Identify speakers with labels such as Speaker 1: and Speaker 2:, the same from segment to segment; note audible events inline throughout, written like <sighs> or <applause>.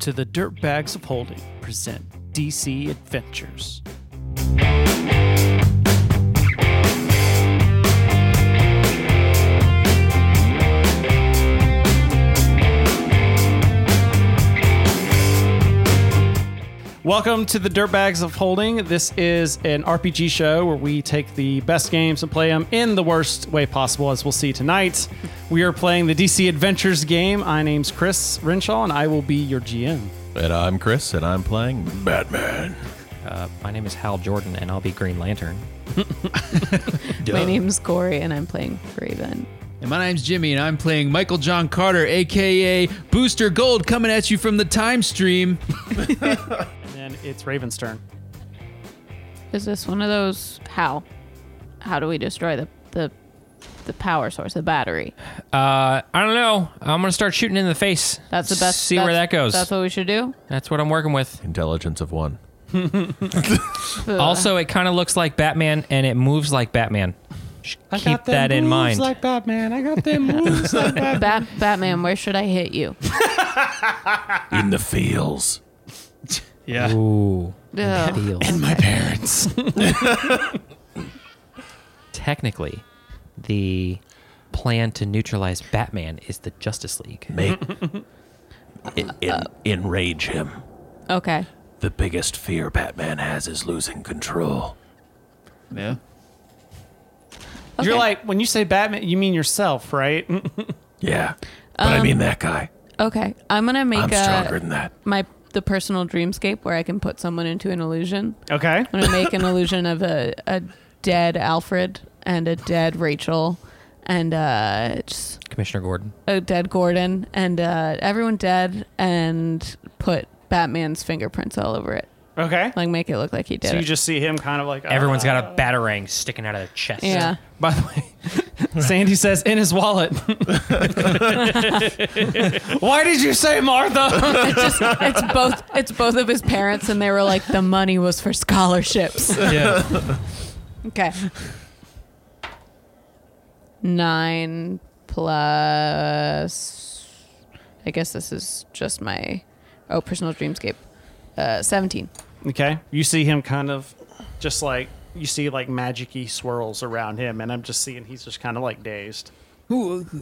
Speaker 1: to the Dirtbags of Holding present DC Adventures. Welcome to the Dirtbags of Holding. This is an RPG show where we take the best games and play them in the worst way possible, as we'll see <laughs> tonight. We are playing the DC Adventures game. My name's Chris Renshaw, and I will be your GM.
Speaker 2: And I'm Chris, and I'm playing Batman.
Speaker 3: Uh, my name is Hal Jordan, and I'll be Green Lantern.
Speaker 4: My name's Corey, and I'm playing Raven.
Speaker 5: And my name's Jimmy, and I'm playing Michael John Carter, aka Booster Gold, coming at you from the
Speaker 3: <laughs>
Speaker 5: time stream.
Speaker 1: And it's Raven's turn.
Speaker 4: Is this one of those how? How do we destroy the the the power source, the battery?
Speaker 3: Uh, I don't know. I'm gonna start shooting in the face.
Speaker 4: That's the best.
Speaker 3: See where
Speaker 4: that's-
Speaker 3: that goes.
Speaker 4: That's what we should do.
Speaker 3: That's what I'm working with.
Speaker 2: Intelligence of one.
Speaker 4: Ugh.
Speaker 3: Also, it kind of looks like Batman, and it moves like Batman. Sh- Keep that in mind.
Speaker 1: Batman. I got them moves
Speaker 3: <laughs>
Speaker 1: like Batman.
Speaker 4: Bat- Batman, where should I hit you?
Speaker 2: In the fields.
Speaker 1: Yeah.
Speaker 3: Ooh,
Speaker 4: Ugh.
Speaker 2: My parents.
Speaker 3: <laughs> technically, the plan to neutralize Batman is the Justice League.
Speaker 2: Make en- en- enrage him.
Speaker 4: Okay.
Speaker 2: The biggest fear Batman has is losing control.
Speaker 5: Yeah.
Speaker 4: Okay.
Speaker 1: You're like, when you say Batman, you mean yourself, right?
Speaker 2: Yeah. But I mean that guy.
Speaker 4: Okay. I'm gonna make
Speaker 2: I'm
Speaker 4: a
Speaker 2: stronger than that.
Speaker 4: my the personal dreamscape where I can put someone into an illusion.
Speaker 1: <laughs> okay.
Speaker 4: I'm
Speaker 3: <laughs>
Speaker 4: gonna make an illusion of a, a dead Alfred and a dead Rachel and uh just
Speaker 3: Commissioner Gordon.
Speaker 4: a dead Gordon and uh, everyone dead and put Batman's fingerprints all over it.
Speaker 1: Okay.
Speaker 4: Like make it look like he did.
Speaker 1: so you
Speaker 4: it.
Speaker 1: just see him kind of like. uh,
Speaker 3: Everyone's got a batarang sticking out of their chest.
Speaker 4: <laughs> yeah.
Speaker 1: By the way,
Speaker 5: <laughs>
Speaker 1: Sandy says in his wallet. Why did you say
Speaker 5: <laughs>
Speaker 1: Martha?
Speaker 4: It's just it's both it's both of his parents and they were like the money was for scholarships.
Speaker 3: <laughs> Yeah.
Speaker 4: Okay. Nine plus I guess this is just my oh personal dreamscape. Uh seventeen.
Speaker 1: okay. You see him kind of just like you see like magicy swirls around him, and I'm just seeing he's just kind of like dazed. And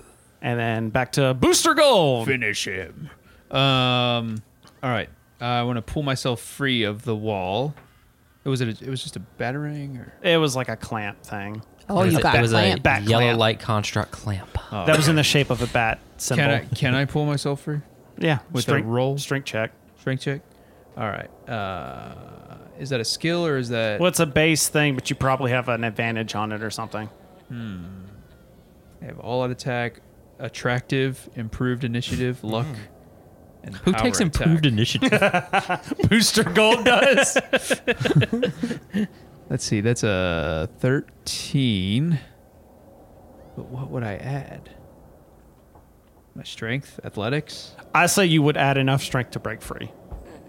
Speaker 1: then back to Booster Gold.
Speaker 5: Finish him. Um. All right. I want to pull myself free of the wall. It was it. It was just a battering, or
Speaker 1: It was like a clamp thing
Speaker 4: Oh you got
Speaker 3: It was a
Speaker 4: clamp.
Speaker 1: Back
Speaker 3: yellow
Speaker 1: clamp. Oh,
Speaker 3: light construct clamp.
Speaker 1: that was in the shape of a bat symbol.
Speaker 5: can I
Speaker 3: <laughs>
Speaker 5: can I pull myself free?
Speaker 1: <laughs> yeah,
Speaker 5: With a roll?
Speaker 1: strength check.
Speaker 5: Strength check. All right. Uh, is that a skill or is that?
Speaker 1: Well, it's a base thing, but you probably have an advantage on it or something.
Speaker 5: I have all out attack, attractive, improved initiative, luck. And
Speaker 3: Hmm. Who
Speaker 5: power
Speaker 3: takes
Speaker 5: attack.
Speaker 3: improved initiative?
Speaker 1: Booster Gold does.
Speaker 5: Let's see, that's a 13. But what would I add? My strength, athletics?
Speaker 1: I say you would add enough strength to break free.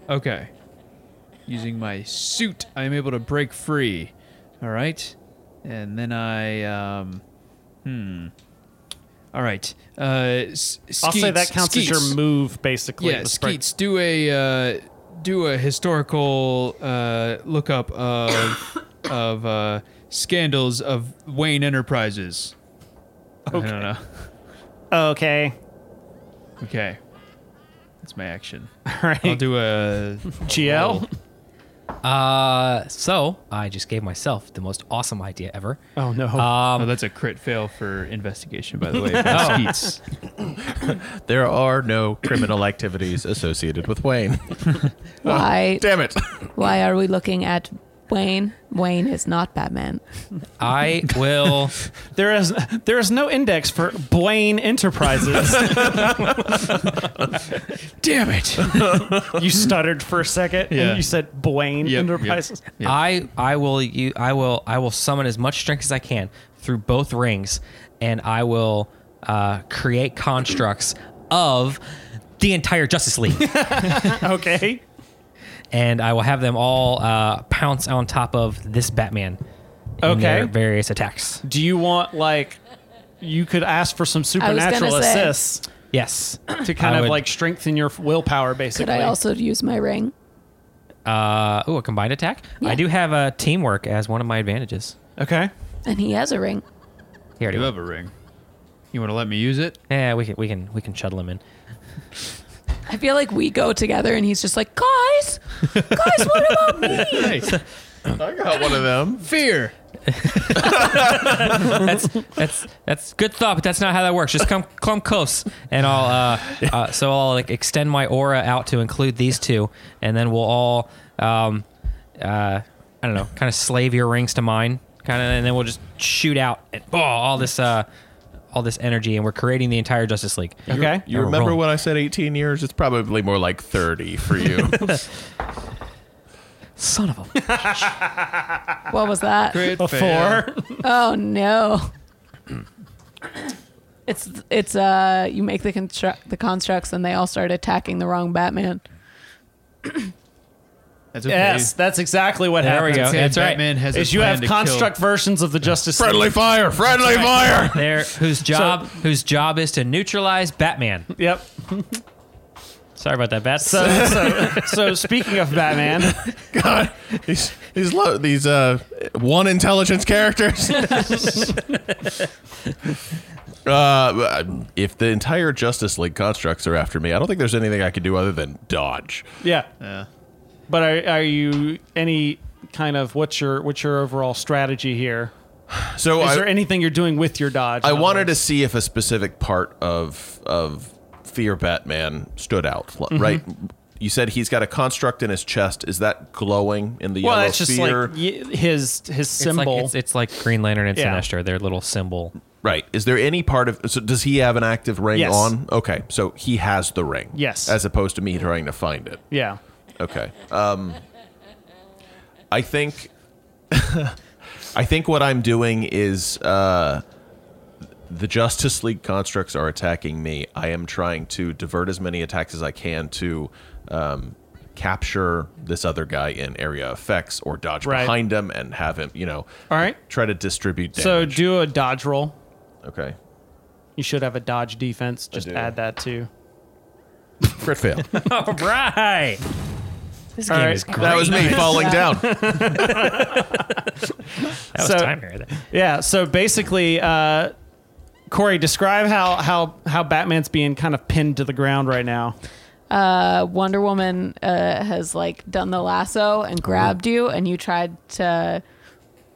Speaker 5: Okay. Using my suit, I'm able to break free. All right. And then I, um, hmm. All right. Uh, s-
Speaker 1: I'll say
Speaker 5: Skeets-
Speaker 1: that counts as
Speaker 5: Skeets.
Speaker 1: your move, basically.
Speaker 5: Yeah,
Speaker 1: the spray-
Speaker 5: Skeets, do a uh, do a historical uh, lookup of
Speaker 1: <coughs>
Speaker 5: of uh, scandals of Wayne Enterprises. I don't know.
Speaker 1: Okay. <laughs>
Speaker 5: Okay, that's
Speaker 1: <laughs>
Speaker 5: my action.
Speaker 1: All right.
Speaker 5: I'll do a oh,
Speaker 1: GL.
Speaker 3: uh, so I just gave myself the most awesome idea ever. Um,
Speaker 1: Oh no.
Speaker 5: oh, <laughs> that's a crit fail for investigation, by
Speaker 1: <laughs>
Speaker 5: the way. for
Speaker 1: Oh.
Speaker 5: Skeets.
Speaker 2: There are no criminal activities associated with Wayne.
Speaker 3: oh,
Speaker 4: Why
Speaker 2: Damn it.
Speaker 4: why are we looking at Wayne? Wayne is not Batman.
Speaker 3: I will.
Speaker 1: there is there is no index for Blaine
Speaker 4: <laughs>
Speaker 1: Enterprises.
Speaker 5: Damn it!
Speaker 1: you stuttered for a second
Speaker 5: Yeah.
Speaker 1: and you said Blaine
Speaker 5: Yep, yep.
Speaker 1: Enterprises.
Speaker 5: Yeah.
Speaker 3: I I will you I will I will summon as much strength as I can through both rings, and I will uh, create constructs of the entire Justice League,
Speaker 1: Okay.
Speaker 3: and I will have them all uh, pounce on top of this Batman. in
Speaker 1: Okay.
Speaker 3: their various attacks.
Speaker 1: Do you want like you could ask for some
Speaker 4: I was gonna
Speaker 1: supernatural
Speaker 4: say-
Speaker 1: assists.
Speaker 3: Yes.
Speaker 1: to kind
Speaker 3: I
Speaker 1: of
Speaker 3: would-
Speaker 1: like strengthen your willpower,
Speaker 4: Could
Speaker 1: basically.
Speaker 4: I also use my ring?
Speaker 3: Uh, ooh, a combined attack. I
Speaker 4: Yeah.
Speaker 3: do have uh, teamwork as one of my advantages.
Speaker 1: okay.
Speaker 4: And he has a ring.
Speaker 3: Here it
Speaker 5: You
Speaker 3: is.
Speaker 5: have a ring. You want to let me use it?
Speaker 3: Yeah, we can we can we can shuttle him in.
Speaker 4: I feel like we go together, and he's just like, guys, guys, what about me?
Speaker 5: Hey,
Speaker 2: I got one of them.
Speaker 5: fear.
Speaker 3: That's that's that's good thought, but that's not how that works. Just come come close, and I'll <laughs> uh, uh so I'll like extend my aura out to include these two, and then we'll all um uh I don't know, kind of slave your rings to mine, kind of, and then we'll just shoot out and oh, all this uh all this energy, and we're creating the entire Justice League.
Speaker 1: Okay.
Speaker 2: You
Speaker 3: Now we're
Speaker 2: remember
Speaker 3: rolling.
Speaker 2: when I said 18 years? It's probably more like 30 for you.
Speaker 3: Son of a
Speaker 4: What was that?
Speaker 5: Crit
Speaker 1: <laughs> A
Speaker 5: fail.
Speaker 1: four.
Speaker 4: Oh no. It's it's uh you make the construct the constructs and they all start attacking the wrong Batman.
Speaker 5: That's okay.
Speaker 1: Yes, that's exactly what
Speaker 3: There we
Speaker 1: happens.
Speaker 3: go.
Speaker 5: Okay,
Speaker 3: That's right.
Speaker 5: Batman has a
Speaker 1: Is you
Speaker 5: plan
Speaker 1: have
Speaker 5: to
Speaker 1: construct versions of the Justice League.
Speaker 2: <laughs> friendly fire! Friendly fire!
Speaker 3: <laughs> there whose job whose job is to neutralize Batman.
Speaker 1: Yep.
Speaker 3: Sorry about that, Bat.
Speaker 1: So, so, <laughs> so speaking of Batman,
Speaker 2: God, these these lo- these uh one intelligence characters. <laughs> uh, if the entire Justice League constructs are after me, I don't think there's anything I can do other than dodge.
Speaker 1: yeah.
Speaker 5: Kill. Yeah.
Speaker 1: But are, are you any kind of what's your what's your overall strategy here?
Speaker 2: So
Speaker 1: Is
Speaker 2: I,
Speaker 1: there anything you're doing with your dodge?
Speaker 2: I wanted to see if a specific part of of Fear Batman stood out.
Speaker 1: Mm-hmm.
Speaker 2: L- Right? You said he's got a construct in his chest. Is that glowing in the
Speaker 1: Well,
Speaker 2: yellow
Speaker 1: that's just
Speaker 2: sphere?
Speaker 1: like y- his his
Speaker 3: It's like,
Speaker 1: symbol.
Speaker 3: it's, it's like Green Lantern and
Speaker 1: Yeah.
Speaker 3: Sinestro, their little symbol.
Speaker 2: Right. Is there any part of so does he have an active ring
Speaker 1: Yes.
Speaker 2: on? Okay. So he has the ring.
Speaker 1: Yes.
Speaker 2: As opposed to me trying to find it.
Speaker 1: yeah.
Speaker 2: Okay. Um I think <laughs> I think what I'm doing is uh the Justice League constructs are attacking me. I am trying to divert as many attacks as I can to um capture this other guy in area effects or dodge
Speaker 1: Right.
Speaker 2: behind him and have him, you know,
Speaker 1: All right.
Speaker 2: try to distribute
Speaker 1: So
Speaker 2: damage.
Speaker 1: do a dodge roll.
Speaker 2: okay.
Speaker 1: You should have a dodge defense. Just
Speaker 2: do.
Speaker 1: add that too.
Speaker 2: Crit fail.
Speaker 3: <laughs> All right. This
Speaker 1: All
Speaker 3: game
Speaker 1: right.
Speaker 3: is great.
Speaker 2: That was me falling down.
Speaker 3: That was
Speaker 1: so-
Speaker 3: time here.
Speaker 1: Yeah. So basically, uh, Corey, describe how how how Batman's being kind of pinned to the ground right now.
Speaker 4: Uh, Wonder Woman uh, has like done the lasso and grabbed you and you tried to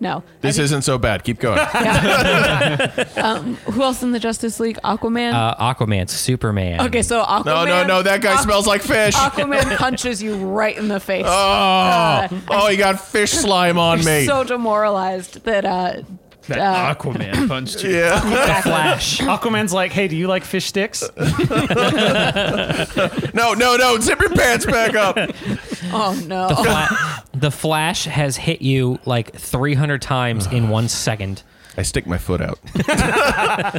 Speaker 4: no.
Speaker 2: This isn't so bad. Keep going.
Speaker 4: Who else in the Justice League? Aquaman.
Speaker 3: Uh, Aquaman, Superman.
Speaker 4: okay, so Aquaman.
Speaker 2: No, no, no. That guy smells like fish. <laughs>
Speaker 4: Aquaman punches you right in the face.
Speaker 2: Oh, oh, he got fish slime on me.
Speaker 4: so demoralized that uh,
Speaker 1: <laughs>
Speaker 5: That Aquaman punched
Speaker 2: <laughs>
Speaker 5: you.
Speaker 2: yeah.
Speaker 3: Flash.
Speaker 1: Aquaman's like, hey, do you like fish sticks?
Speaker 2: No, no, no. Zip your pants back up.
Speaker 4: oh no.
Speaker 3: Fla- the Flash has hit you like 300 times in one second.
Speaker 2: I stick my foot out.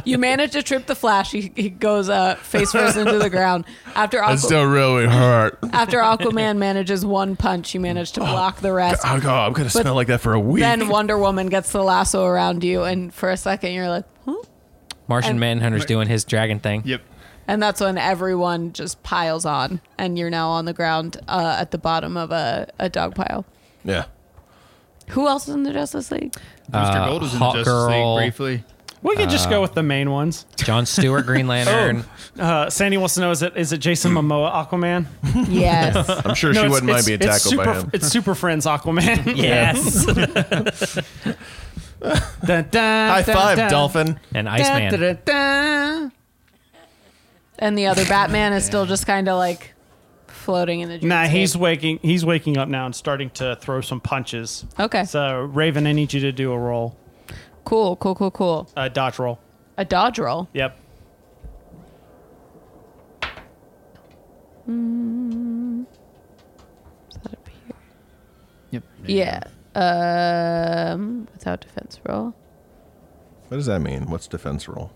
Speaker 4: You manage to trip the Flash. He, he goes uh, face first into the ground. After Aquaman,
Speaker 2: really hurt.
Speaker 4: after Aquaman manages one punch, you manage to block the rest.
Speaker 2: Oh, God. I'm going to smell like that for a week.
Speaker 4: Then Wonder Woman gets the lasso around you, and for a second you're like, huh?
Speaker 3: Martian Manhunter's doing his dragon thing.
Speaker 5: Yep.
Speaker 4: and that's when everyone just piles on, and you're now on the ground uh, at the bottom of a, a dog pile.
Speaker 2: yeah.
Speaker 4: Who else is in the Justice League?
Speaker 5: Mr.
Speaker 3: Uh,
Speaker 5: Gold was in the
Speaker 3: Hawk
Speaker 5: Justice
Speaker 3: Girl.
Speaker 5: League briefly.
Speaker 1: We could just go
Speaker 2: Uh.
Speaker 1: with the main ones.
Speaker 3: John
Speaker 2: <laughs>
Speaker 3: Stewart, Green Lantern.
Speaker 2: Oh.
Speaker 1: Uh, Sandy wants to know: Is it is it Jason Momoa Aquaman?
Speaker 4: Yes.
Speaker 2: I'm sure she
Speaker 1: it's-
Speaker 2: Hmm. wouldn't mind
Speaker 1: it's-
Speaker 2: being
Speaker 1: it's
Speaker 2: tackled by
Speaker 1: super,
Speaker 2: him.
Speaker 1: It's Super Friends
Speaker 2: <laughs>
Speaker 1: Aquaman. <laughs>
Speaker 3: Yes.
Speaker 1: Dun, dun,
Speaker 2: High
Speaker 1: dun,
Speaker 2: five,
Speaker 1: dun.
Speaker 2: dolphin.
Speaker 3: <laughs> and
Speaker 1: Dun,
Speaker 3: Iceman.
Speaker 1: dun, dun, dun.
Speaker 4: and the other Batman is still just kind of like floating in the.
Speaker 1: Nah,
Speaker 4: dreamscape.
Speaker 1: he's waking. He's waking up now and starting to throw some punches.
Speaker 4: okay.
Speaker 1: So Raven, I need you to do a roll,
Speaker 4: cool, cool, cool, cool.
Speaker 1: a dodge roll.
Speaker 4: A dodge roll.
Speaker 1: Yep.
Speaker 4: Is that up here?
Speaker 5: Yep.
Speaker 4: Yeah. Um, without defense roll.
Speaker 2: What does that mean? What's defense roll?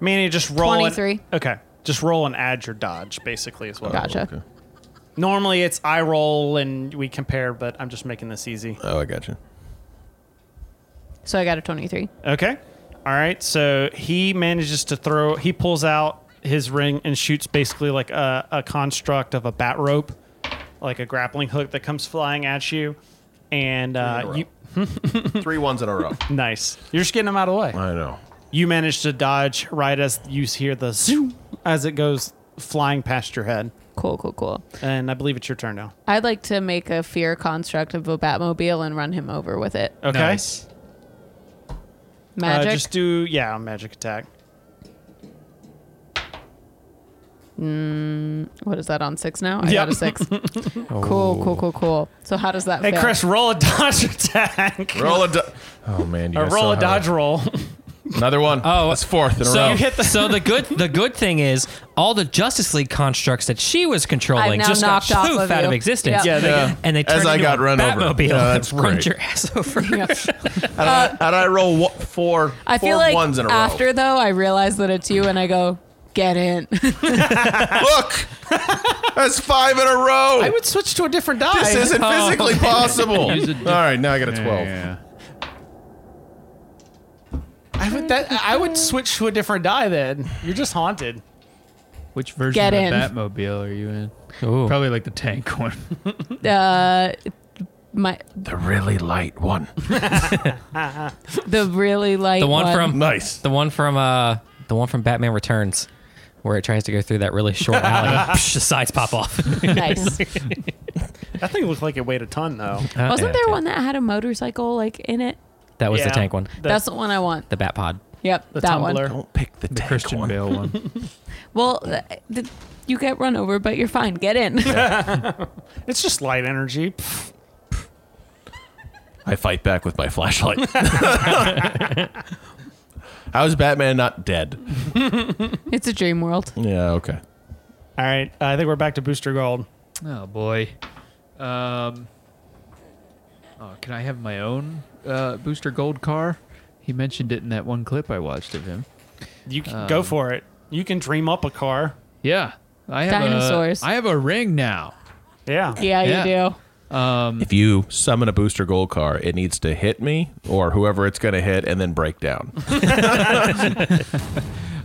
Speaker 1: Manny, just roll. an-
Speaker 4: 23.
Speaker 1: okay, just roll and add your dodge, basically, as well.
Speaker 4: Got Gotcha.
Speaker 2: Oh, okay.
Speaker 1: Normally it's I roll and we compare, but I'm just making this easy.
Speaker 2: Oh, I got you.
Speaker 4: So I got a 23.
Speaker 1: Okay. All right. So he manages to throw. He pulls out his ring and shoots basically like a, a construct of a bat rope, like a grappling hook that comes flying at you. And uh, you,
Speaker 2: Three ones in a row.
Speaker 1: nice. You're just getting him out of the way.
Speaker 2: <laughs> I know.
Speaker 1: You manage to dodge right as you hear the zoom as it goes flying past your head.
Speaker 4: Cool, cool, cool.
Speaker 1: And I believe it's your turn now.
Speaker 4: I'd like to make a fear construct of a Batmobile and run him over with it.
Speaker 1: Okay.
Speaker 5: Nice.
Speaker 1: Uh,
Speaker 4: Magic.
Speaker 1: just do, yeah, magic attack.
Speaker 4: what is that on six now? I
Speaker 1: Yep.
Speaker 4: got
Speaker 1: <laughs>
Speaker 4: a six. cool, cool, cool, cool. So how does that?
Speaker 1: Hey,
Speaker 4: feel?
Speaker 1: Chris, roll a dodge <laughs> attack.
Speaker 2: Roll a. Do- oh man, you
Speaker 1: Or
Speaker 2: guys
Speaker 1: roll
Speaker 2: saw
Speaker 1: a
Speaker 2: how-
Speaker 1: dodge roll.
Speaker 2: Another one.
Speaker 3: Oh,
Speaker 2: that's fourth in a
Speaker 3: So
Speaker 2: row.
Speaker 1: you hit the-
Speaker 3: so
Speaker 2: <laughs>
Speaker 3: the good the good thing is all the Justice League constructs that she was
Speaker 4: I've
Speaker 3: controlling
Speaker 4: now
Speaker 3: just got
Speaker 4: knocked off
Speaker 3: poof
Speaker 4: of
Speaker 3: out
Speaker 4: you.
Speaker 3: of existence.
Speaker 4: Yeah.
Speaker 1: Yeah, they- Yeah.
Speaker 3: and they
Speaker 2: As
Speaker 3: turned
Speaker 2: I
Speaker 3: into
Speaker 2: got
Speaker 3: a
Speaker 2: run over.
Speaker 3: Batmobile.
Speaker 2: Yeah, that's
Speaker 3: and runned
Speaker 2: great.
Speaker 3: your ass <laughs> over.
Speaker 2: How'd I, how'd I roll wa- four,
Speaker 4: Uh, I
Speaker 2: four
Speaker 4: feel like
Speaker 2: ones in a
Speaker 4: after
Speaker 2: row?
Speaker 4: though, I realize that it's you, and I go get in.
Speaker 2: Look, <laughs> that's five in a row.
Speaker 1: <laughs> I would switch to a different die.
Speaker 2: this isn't
Speaker 3: Oh.
Speaker 2: physically possible. All
Speaker 5: Use a diff-
Speaker 2: right, now I got a
Speaker 5: Yeah,
Speaker 2: twelve.
Speaker 5: yeah,
Speaker 1: I would that I would switch to a different die then. You're just haunted.
Speaker 5: yeah. Which version
Speaker 4: Get
Speaker 5: of
Speaker 4: in.
Speaker 5: the Batmobile are you in? Probably like the tank
Speaker 1: <laughs>
Speaker 5: one.
Speaker 4: uh, my
Speaker 2: The really light one.
Speaker 4: the really light
Speaker 3: the one,
Speaker 2: <laughs>
Speaker 3: from
Speaker 2: Nice.
Speaker 3: the one from uh the one from Batman Returns, where it tries to go through that really short
Speaker 4: <laughs>
Speaker 3: alley. Psh, the sides pop off.
Speaker 4: nice.
Speaker 1: That thing looked like it weighed a ton though.
Speaker 4: <laughs> Wasn't there one that had a motorcycle like in it?
Speaker 3: That was
Speaker 1: Yeah.
Speaker 3: the tank one.
Speaker 1: The-
Speaker 4: That's the one I want.
Speaker 3: The Bat Pod.
Speaker 4: Yep,
Speaker 1: The
Speaker 4: that
Speaker 1: tumbler.
Speaker 4: one.
Speaker 2: Don't pick the,
Speaker 5: The Christian Bale
Speaker 1: <laughs>
Speaker 5: one.
Speaker 4: Well, th- th- you get run over, but you're fine.
Speaker 1: <laughs>
Speaker 4: Get in.
Speaker 1: It's just light energy. Pff,
Speaker 2: I fight back with my <laughs> flashlight. How is Batman not dead?
Speaker 4: it's a dream world.
Speaker 2: Yeah. Okay.
Speaker 1: All right, I think we're back to Booster Gold.
Speaker 5: oh boy. Um. Oh, can I have my own uh, Booster Gold car? He mentioned it in that one clip I watched of him.
Speaker 1: You can go for it. You can dream up a car.
Speaker 5: Yeah, I have
Speaker 4: Dinosaurs.
Speaker 5: A, I have a ring
Speaker 1: <laughs>
Speaker 5: now.
Speaker 1: Yeah.
Speaker 4: Yeah,
Speaker 5: Yeah.
Speaker 4: you do.
Speaker 2: If you summon a booster gold car, it needs to hit me or whoever it's going to hit, and then break down.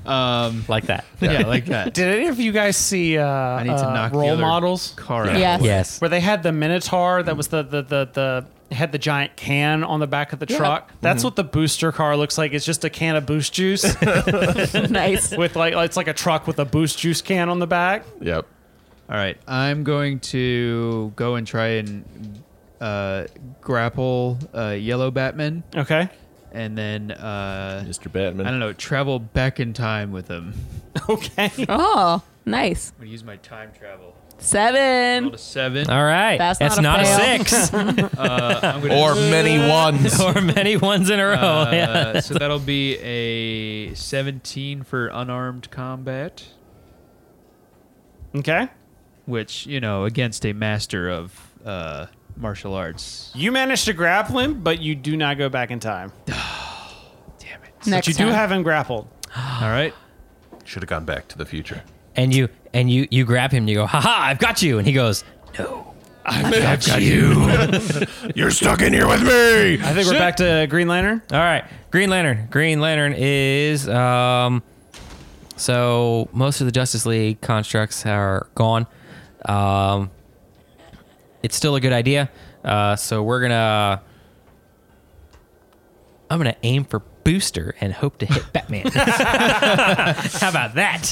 Speaker 3: Like that.
Speaker 5: Yeah, like that.
Speaker 1: Did any of you guys see uh,
Speaker 5: I need to
Speaker 1: uh,
Speaker 5: knock the
Speaker 1: role
Speaker 5: other
Speaker 1: models
Speaker 5: Car. out.
Speaker 4: Yes.
Speaker 3: Yes.
Speaker 1: where they had the Minotaur that was the the the, the had the giant can on the back of the truck? That's what the booster car looks like. It's just a can of boost
Speaker 4: <laughs>
Speaker 1: juice
Speaker 4: nice.
Speaker 1: with like it's like a truck with a boost juice can on the back.
Speaker 2: Yep.
Speaker 5: All right, I'm going to go and try and uh, grapple uh, Yellow Batman,
Speaker 1: Okay. <laughs>
Speaker 5: and then uh,
Speaker 2: Mr.
Speaker 5: I don't
Speaker 2: Batman.
Speaker 5: know, travel back in time with him.
Speaker 1: Okay.
Speaker 4: Oh, nice.
Speaker 5: I'm gonna use my time travel. Roll
Speaker 4: Seven.
Speaker 5: a seven.
Speaker 3: All right.
Speaker 4: That's
Speaker 3: That's
Speaker 4: not
Speaker 3: not,
Speaker 4: a
Speaker 3: a,
Speaker 4: <laughs>
Speaker 3: six
Speaker 5: Uh, I'm gonna
Speaker 2: Or <laughs> many ones.
Speaker 3: or many ones in a row.
Speaker 5: Uh,
Speaker 3: <laughs> yeah.
Speaker 5: So that'll be a 17 for unarmed combat,
Speaker 1: Okay.
Speaker 5: which you know against a master of uh, martial arts.
Speaker 3: <sighs>
Speaker 1: You managed to grapple him, but you do not go back in time.
Speaker 5: Damn it!
Speaker 1: but
Speaker 4: Next
Speaker 1: you
Speaker 4: time.
Speaker 1: do have him grappled.
Speaker 5: All right.
Speaker 2: Should have gone back to the future.
Speaker 3: And you and you you grab him. and You go, ha ha! I've got you. And he goes,
Speaker 2: I've got you. You're stuck in here with me.
Speaker 1: I think we're back to Green Lantern.
Speaker 3: All right, Green Lantern. Green Lantern is um, so most of the Justice League constructs are gone. Um, it's still a good idea. Uh, so we're gonna, I'm gonna aim for Booster and hope to hit Batman. How about that?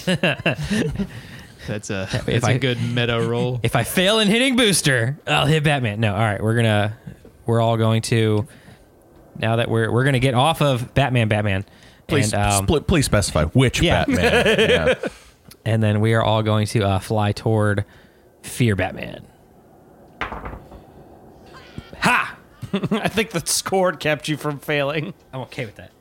Speaker 5: That's a
Speaker 3: if
Speaker 5: that's a
Speaker 3: I-
Speaker 5: good meta
Speaker 3: <laughs>
Speaker 5: roll.
Speaker 3: if I fail in hitting Booster, I'll hit Batman. No, all right, we're gonna, we're all going to. Now that we're we're gonna get off of Batman, Batman.
Speaker 2: Please,
Speaker 3: and, um,
Speaker 2: split, please specify which
Speaker 3: Yeah.
Speaker 2: Batman. Yeah.
Speaker 3: and then we are all going to uh, fly toward Fear Batman. Ha!
Speaker 1: <laughs> I think the score kept you from failing.
Speaker 3: I'm okay with that.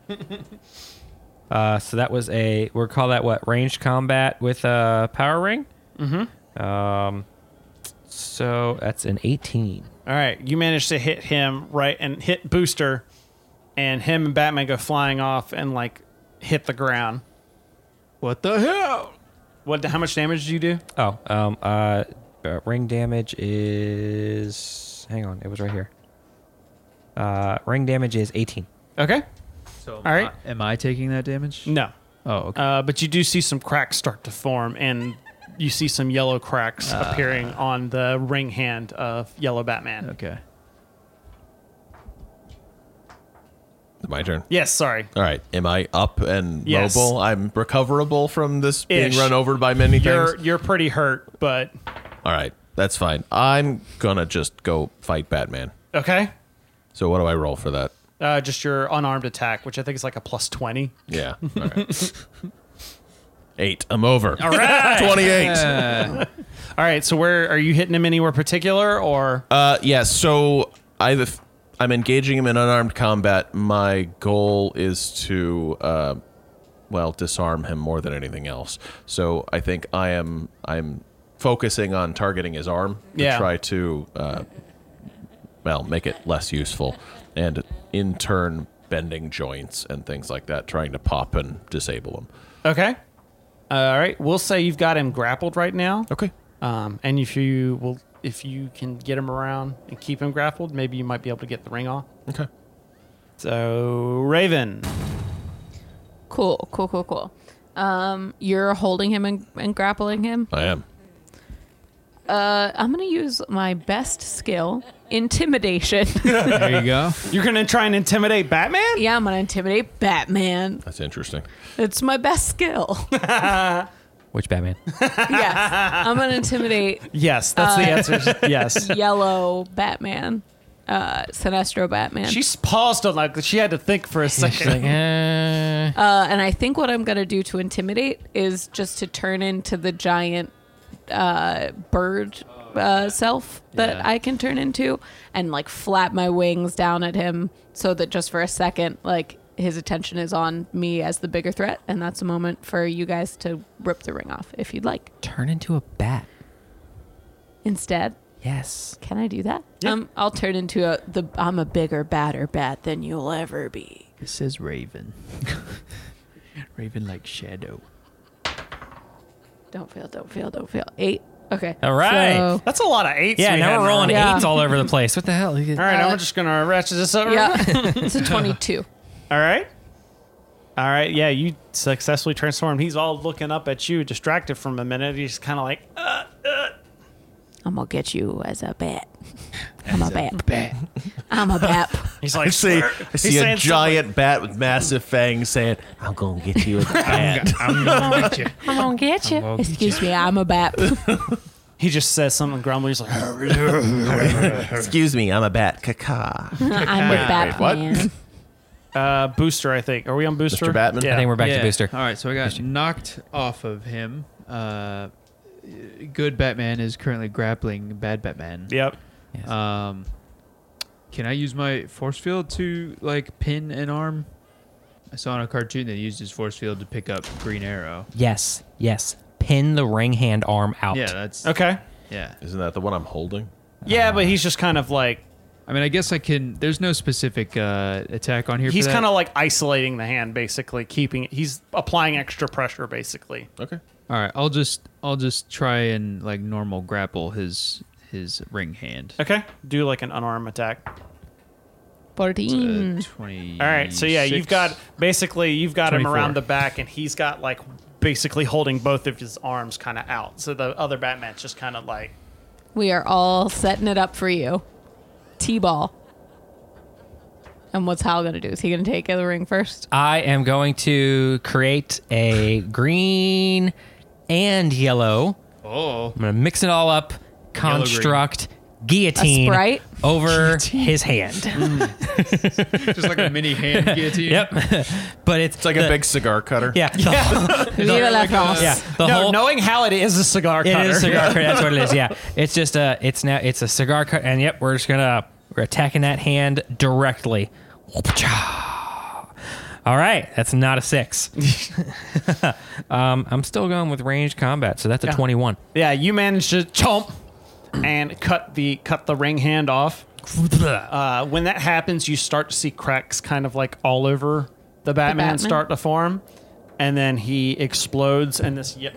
Speaker 3: <laughs> uh, so that was a we'll call that what ranged combat with a power ring. Mm-hmm. Um, so that's an 18.
Speaker 1: All right, you managed to hit him right and hit Booster, and him and Batman go flying off and like hit the ground.
Speaker 5: What the hell?
Speaker 1: What? How much damage do you do?
Speaker 3: Oh, um, uh, uh, ring damage is hang on, it was right here. Uh, ring damage is 18.
Speaker 1: Okay.
Speaker 5: So
Speaker 1: All right.
Speaker 3: Mm.
Speaker 5: am I taking that damage?
Speaker 1: No.
Speaker 5: Oh, okay.
Speaker 1: Uh, but you do see some cracks start to form, and you see some yellow cracks
Speaker 5: Uh.
Speaker 1: appearing on the ring hand of Yellow Batman.
Speaker 5: okay.
Speaker 2: My turn.
Speaker 1: Yes, sorry.
Speaker 2: All right. Am I up and
Speaker 1: Yes.
Speaker 2: mobile? I'm recoverable from this
Speaker 1: Ish.
Speaker 2: being run over by many
Speaker 1: You're
Speaker 2: things.
Speaker 1: you're pretty hurt, but
Speaker 2: All right. That's fine. I'm gonna just go fight Batman.
Speaker 1: okay.
Speaker 2: So what do I roll for that?
Speaker 1: Uh, just your unarmed attack, which I think is like a plus twenty.
Speaker 2: Yeah. All right. Eight. I'm over. All right. <laughs> Twenty-eight.
Speaker 1: All right, so where are you hitting him anywhere particular, or
Speaker 2: Uh, yeah. So I, if I'm engaging him in unarmed combat, my goal is to, uh, well, disarm him more than anything else. So I think I am I'm focusing on targeting his arm to
Speaker 1: Yeah.
Speaker 2: try to, uh, well, make it less useful, and in turn bending joints and things like that, trying to pop and disable him.
Speaker 1: okay? all right, we'll say you've got him grappled right now.
Speaker 2: Okay.
Speaker 1: Um, and if you will, if you can get him around and keep him grappled, maybe you might be able to get the ring off.
Speaker 2: Okay.
Speaker 1: So Raven,
Speaker 4: Cool, cool, cool, cool. Um, you're holding him and, and grappling him.
Speaker 2: I am.
Speaker 4: Uh, I'm gonna use my best skill,
Speaker 1: <laughs>
Speaker 4: intimidation. <laughs>
Speaker 5: There you
Speaker 3: <laughs>
Speaker 5: go.
Speaker 1: you're gonna try and intimidate Batman.
Speaker 4: yeah, I'm gonna intimidate Batman.
Speaker 2: That's interesting.
Speaker 4: It's my best skill.
Speaker 3: Which Batman?
Speaker 4: yes, I'm gonna intimidate
Speaker 1: Yes, that's the
Speaker 3: Uh, <laughs>
Speaker 1: answer. Yes.
Speaker 4: yellow Batman, uh, Sinestro Batman.
Speaker 1: She s- paused on like she had to think for a
Speaker 3: She's like,
Speaker 1: second.
Speaker 3: eh.
Speaker 4: Uh, and I think what I'm gonna do to intimidate is just to turn into the giant uh, bird uh, self that
Speaker 5: Yeah.
Speaker 4: I can turn into, and like flap my wings down at him so that just for a second, like his attention is on me as the bigger threat, and that's a moment for you guys to rip the ring off if you'd like.
Speaker 3: <laughs> Turn into a bat.
Speaker 4: Instead,
Speaker 3: Yes.
Speaker 4: can I do that? Um, I'll turn into a the I'm a bigger, badder bat than you'll ever be.
Speaker 5: This is Raven. <laughs> Raven like shadow.
Speaker 4: Don't feel, don't feel, don't feel. Eight. Okay.
Speaker 3: All right.
Speaker 4: So-
Speaker 1: That's a lot of eights.
Speaker 3: Yeah,
Speaker 1: we had
Speaker 3: now we're rolling
Speaker 1: now.
Speaker 4: Yeah.
Speaker 3: eights all over the place. What the
Speaker 5: <laughs>
Speaker 1: All
Speaker 3: hell?
Speaker 1: right,
Speaker 4: Uh,
Speaker 1: I'm just gonna ratchet this up.
Speaker 4: Yeah, <laughs> it's a 22.
Speaker 1: All right. All right. Yeah, you successfully transformed. He's all looking up at you, distracted from a minute. He's kind of like,
Speaker 4: I'm gonna get you as a bat. I'm a bat. I'm a bat.
Speaker 1: he's
Speaker 2: <laughs>
Speaker 1: like,
Speaker 2: See,
Speaker 1: "Sir."
Speaker 2: I
Speaker 1: He's
Speaker 2: see a
Speaker 1: saying something.
Speaker 2: giant bat with massive fangs saying, "I'm gonna get you with a bat."
Speaker 5: I'm gonna get you.
Speaker 4: I'm gonna get you. Excuse me, I'm a bat.
Speaker 1: He just says something grumbly. He's like,
Speaker 2: Excuse me, I'm a bat. Caca.
Speaker 4: <laughs> I'm a bat
Speaker 2: what?
Speaker 4: man.
Speaker 1: uh, Booster, I think. Are we on Booster?
Speaker 2: Mr. Batman?
Speaker 1: Yeah.
Speaker 3: I think we're back to Booster.
Speaker 5: All right, so I got knocked off of him. Uh, good Batman is currently grappling bad Batman.
Speaker 1: Yep.
Speaker 3: Yes.
Speaker 5: Um, can I use my force field to like pin an arm? I saw in a cartoon they used his force field to pick up Green Arrow.
Speaker 3: yes. Yes. Pin the ring hand arm out.
Speaker 5: Yeah, that's
Speaker 1: Okay.
Speaker 5: yeah.
Speaker 2: Isn't that the one I'm holding?
Speaker 1: Yeah, but he's just kind of like,
Speaker 5: I mean, I guess I can. There's no specific uh, attack on here.
Speaker 1: he's kind of
Speaker 5: of
Speaker 1: like isolating the hand, basically, keeping it. He's applying extra pressure, basically.
Speaker 2: Okay.
Speaker 5: all right. I'll just I'll just try and like normal grapple his his ring hand.
Speaker 1: Okay. Do like an unarmed attack.
Speaker 4: 14.
Speaker 5: Uh, Twenty.
Speaker 1: Mm-hmm. All right, so yeah, you've got basically you've got him around the back, and he's got like basically holding both of his arms kind of out. So the other Batman's just kind of like,
Speaker 4: We are all setting it up for you. T ball. And what's Hal gonna do? Is he gonna take the ring first?
Speaker 3: I am going to create a green and yellow.
Speaker 5: Oh,
Speaker 3: I'm going to mix it all up,
Speaker 5: green.
Speaker 3: construct guillotine
Speaker 4: A sprite?
Speaker 3: over his hand.
Speaker 5: <laughs> just like a
Speaker 1: <laughs>
Speaker 5: mini hand guillotine.
Speaker 3: yep. <laughs> but it's,
Speaker 2: It's like
Speaker 3: the,
Speaker 2: a big cigar cutter.
Speaker 3: Yeah. the-
Speaker 4: Viva la France.
Speaker 3: yeah. The
Speaker 1: no,
Speaker 3: whole,
Speaker 1: knowing how it is a cigar
Speaker 3: It
Speaker 1: cutter.
Speaker 3: is a cigar cutter. That's what it
Speaker 2: <laughs>
Speaker 3: is. Yeah, it's just a. It's now. It's a cigar cut. And yep, we're just gonna we're attacking that hand directly. All right, that's not
Speaker 2: <laughs>
Speaker 3: a six. um, I'm still going with ranged combat, so that's a
Speaker 1: Yeah.
Speaker 3: 21.
Speaker 1: Yeah, you managed to chomp and cut the cut the ring hand off. Uh, when that happens, you start to see cracks kind of like all over the Batman,
Speaker 4: Batman.
Speaker 1: start to form, and then he explodes in this ye-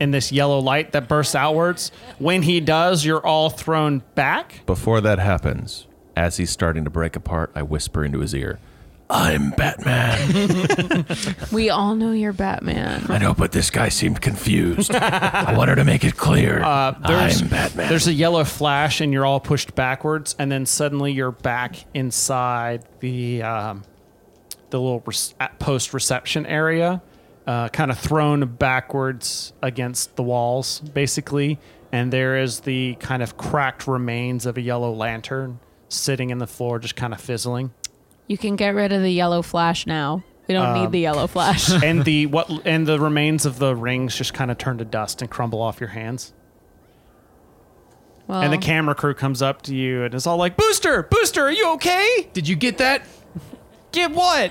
Speaker 1: in this yellow light that bursts outwards. When he does, you're all thrown back.
Speaker 2: Before that happens, as he's starting to break apart, I whisper into his ear, I'm Batman.
Speaker 6: We all know you're Batman.
Speaker 2: I know, but this guy seemed confused. <laughs> I wanted to make it clear.
Speaker 1: there's-
Speaker 2: I'm Batman.
Speaker 1: There's a yellow flash, and you're all pushed backwards, and then suddenly you're back inside the um, the little post reception area, uh, kind of thrown backwards against the walls, basically. And there is the kind of cracked remains of a yellow lantern sitting in the floor, just kind of fizzling.
Speaker 6: You can get rid of the yellow flash now. We don't need the
Speaker 3: Um,
Speaker 6: yellow
Speaker 3: <laughs>
Speaker 6: flash.
Speaker 1: and the what and the remains of the rings just kind of turn to dust and crumble off your hands.
Speaker 6: Well,
Speaker 1: And
Speaker 4: Oh.
Speaker 1: the camera crew comes up to you and is all like, "Booster, Booster, are you okay?
Speaker 5: Did you get that?
Speaker 1: Get what?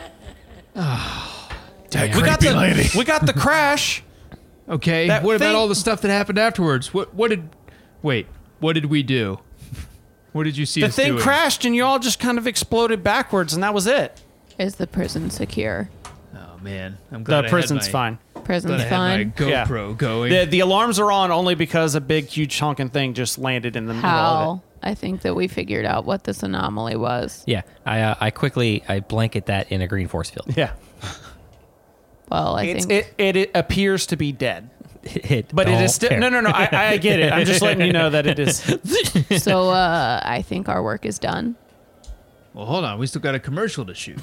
Speaker 2: That
Speaker 1: We got
Speaker 2: creepy
Speaker 1: the
Speaker 2: lady.
Speaker 1: we got <laughs> the crash.
Speaker 5: Okay.
Speaker 1: That
Speaker 5: what
Speaker 1: thing-
Speaker 5: about all the stuff that happened afterwards? What what did wait, what did we do? What did you see
Speaker 1: The
Speaker 5: us
Speaker 1: thing
Speaker 5: doing?
Speaker 1: crashed and you all just kind of exploded backwards, and that was it.
Speaker 6: is the prison secure?
Speaker 5: Oh man. I'm glad I
Speaker 1: The
Speaker 5: had
Speaker 1: prison's
Speaker 5: my-
Speaker 1: fine.
Speaker 5: glad
Speaker 6: Prison's
Speaker 5: I had my
Speaker 6: fine.
Speaker 1: Yeah.
Speaker 5: GoPro going.
Speaker 1: The the alarms are on only because a big, huge honking thing just landed in the middle of it.
Speaker 6: How? I think that we figured out what this anomaly was.
Speaker 3: Yeah, I uh, I quickly I blanket that in a green force field.
Speaker 1: Yeah,
Speaker 6: Well, I
Speaker 1: it's,
Speaker 6: think
Speaker 1: it, it it appears to be dead,
Speaker 3: Hit
Speaker 1: but it
Speaker 3: all
Speaker 1: is still
Speaker 3: fair.
Speaker 1: no no no. I, I get it. I'm just letting you know that it
Speaker 3: <laughs>
Speaker 1: is
Speaker 6: so. Uh, I think our work is done.
Speaker 5: well, hold on. We still got a commercial
Speaker 1: <laughs>
Speaker 5: to shoot.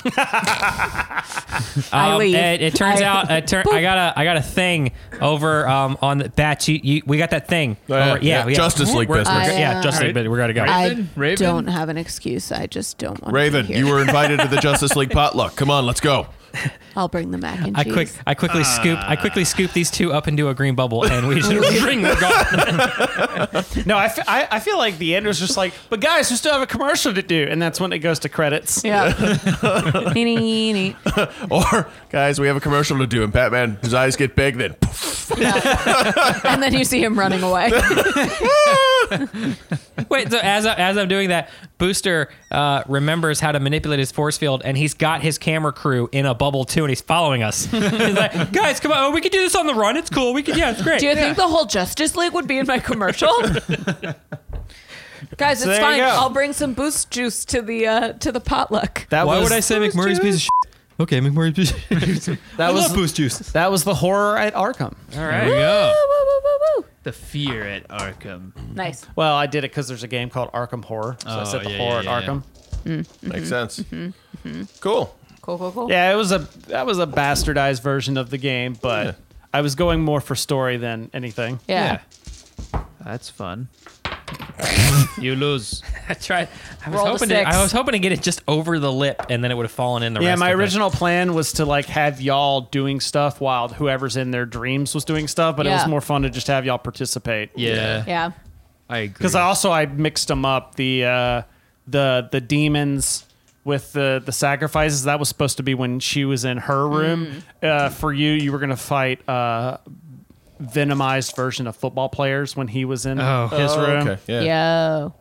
Speaker 3: Um,
Speaker 6: leave.
Speaker 3: It, it turns
Speaker 6: I-
Speaker 3: out it tur- I got a I got a thing over um on the batch. You, you, we got that thing.
Speaker 2: Oh, yeah,
Speaker 3: over, yeah,
Speaker 2: yeah. Justice League
Speaker 3: We're-
Speaker 2: business.
Speaker 3: we're- yeah, Justice League.
Speaker 5: Alright.
Speaker 3: We gotta go.
Speaker 5: Raven?
Speaker 6: <laughs> uh, I
Speaker 5: Raven?
Speaker 6: don't have an excuse. I just don't want.
Speaker 2: Raven,
Speaker 6: to
Speaker 2: you were invited to the Justice League potluck. Come on, let's go.
Speaker 6: I'll bring the mac and
Speaker 3: I
Speaker 6: cheese.
Speaker 3: quick I quickly scoop I
Speaker 5: Ah.
Speaker 3: quickly scoop these two up into a green bubble and we
Speaker 6: <laughs>
Speaker 3: just ring we're gone.
Speaker 1: No, I, fe- I, I feel like the end was just like, but guys, we still have a commercial to do. And that's when it goes to credits.
Speaker 3: <laughs>
Speaker 6: Yeah. Nee, nee,
Speaker 2: <laughs>
Speaker 6: nee.
Speaker 2: Or, guys, we have a commercial to do, and Batman, his eyes get big, then poof,
Speaker 6: and then you see him running
Speaker 3: <laughs>
Speaker 6: away.
Speaker 3: <laughs> Wait, so as I, as I'm doing that, Booster uh, remembers how to manipulate his force field and he's got his camera crew in a bubble too and he's
Speaker 6: <laughs>
Speaker 3: following us. he's like, guys, come on, oh, we can do this on the run. It's cool. We can yeah, it's great.
Speaker 6: Do you think the whole Justice League would be in my commercial? Guys,
Speaker 1: there
Speaker 6: it's
Speaker 1: you
Speaker 6: fine.
Speaker 1: go.
Speaker 6: I'll bring some boost juice to the uh, to the potluck.
Speaker 1: That
Speaker 3: Why
Speaker 1: was,
Speaker 3: would I say McMurray's piece of shit? Okay, McMurray's piece.
Speaker 1: <laughs>
Speaker 3: Of shit.
Speaker 1: that
Speaker 3: I
Speaker 1: was
Speaker 3: love boost juice.
Speaker 1: that was the horror at Arkham.
Speaker 5: All right. There we go.
Speaker 6: Woo, woo, woo, woo,
Speaker 5: The fear at Arkham.
Speaker 6: woo. Nice.
Speaker 1: Well, I did it because there's a game called Arkham Horror, so I
Speaker 5: Oh,
Speaker 1: said the
Speaker 5: yeah,
Speaker 1: horror
Speaker 5: yeah,
Speaker 1: at
Speaker 5: yeah,
Speaker 1: Arkham.
Speaker 2: Makes sense. Mm-hmm. Cool.
Speaker 6: Cool, cool, cool.
Speaker 1: Yeah. it was a that was a bastardized version of the game, but I was going more for story than anything.
Speaker 6: Yeah.
Speaker 5: That's fun. you lose.
Speaker 3: I tried. I was
Speaker 6: Roll the
Speaker 3: hoping to,
Speaker 6: six.
Speaker 3: I was hoping to get it just over the lip, and then it would have fallen in the.
Speaker 1: Yeah,
Speaker 3: rest
Speaker 1: my
Speaker 3: of it.
Speaker 1: original plan was to like have y'all doing stuff while whoever's in their dreams was doing stuff, but it was
Speaker 6: Yeah.
Speaker 1: more fun to just have y'all participate.
Speaker 5: Yeah.
Speaker 6: Yeah.
Speaker 5: I agree.
Speaker 1: because I also I mixed them up the uh, the the demons with the the sacrifices that was supposed to be when she was in her room
Speaker 6: Mm.
Speaker 1: uh, for you you were gonna fight uh, venomized version of football players when he was in
Speaker 5: Oh.
Speaker 1: his
Speaker 2: Oh,
Speaker 1: room
Speaker 2: okay. Yeah.
Speaker 6: Yo.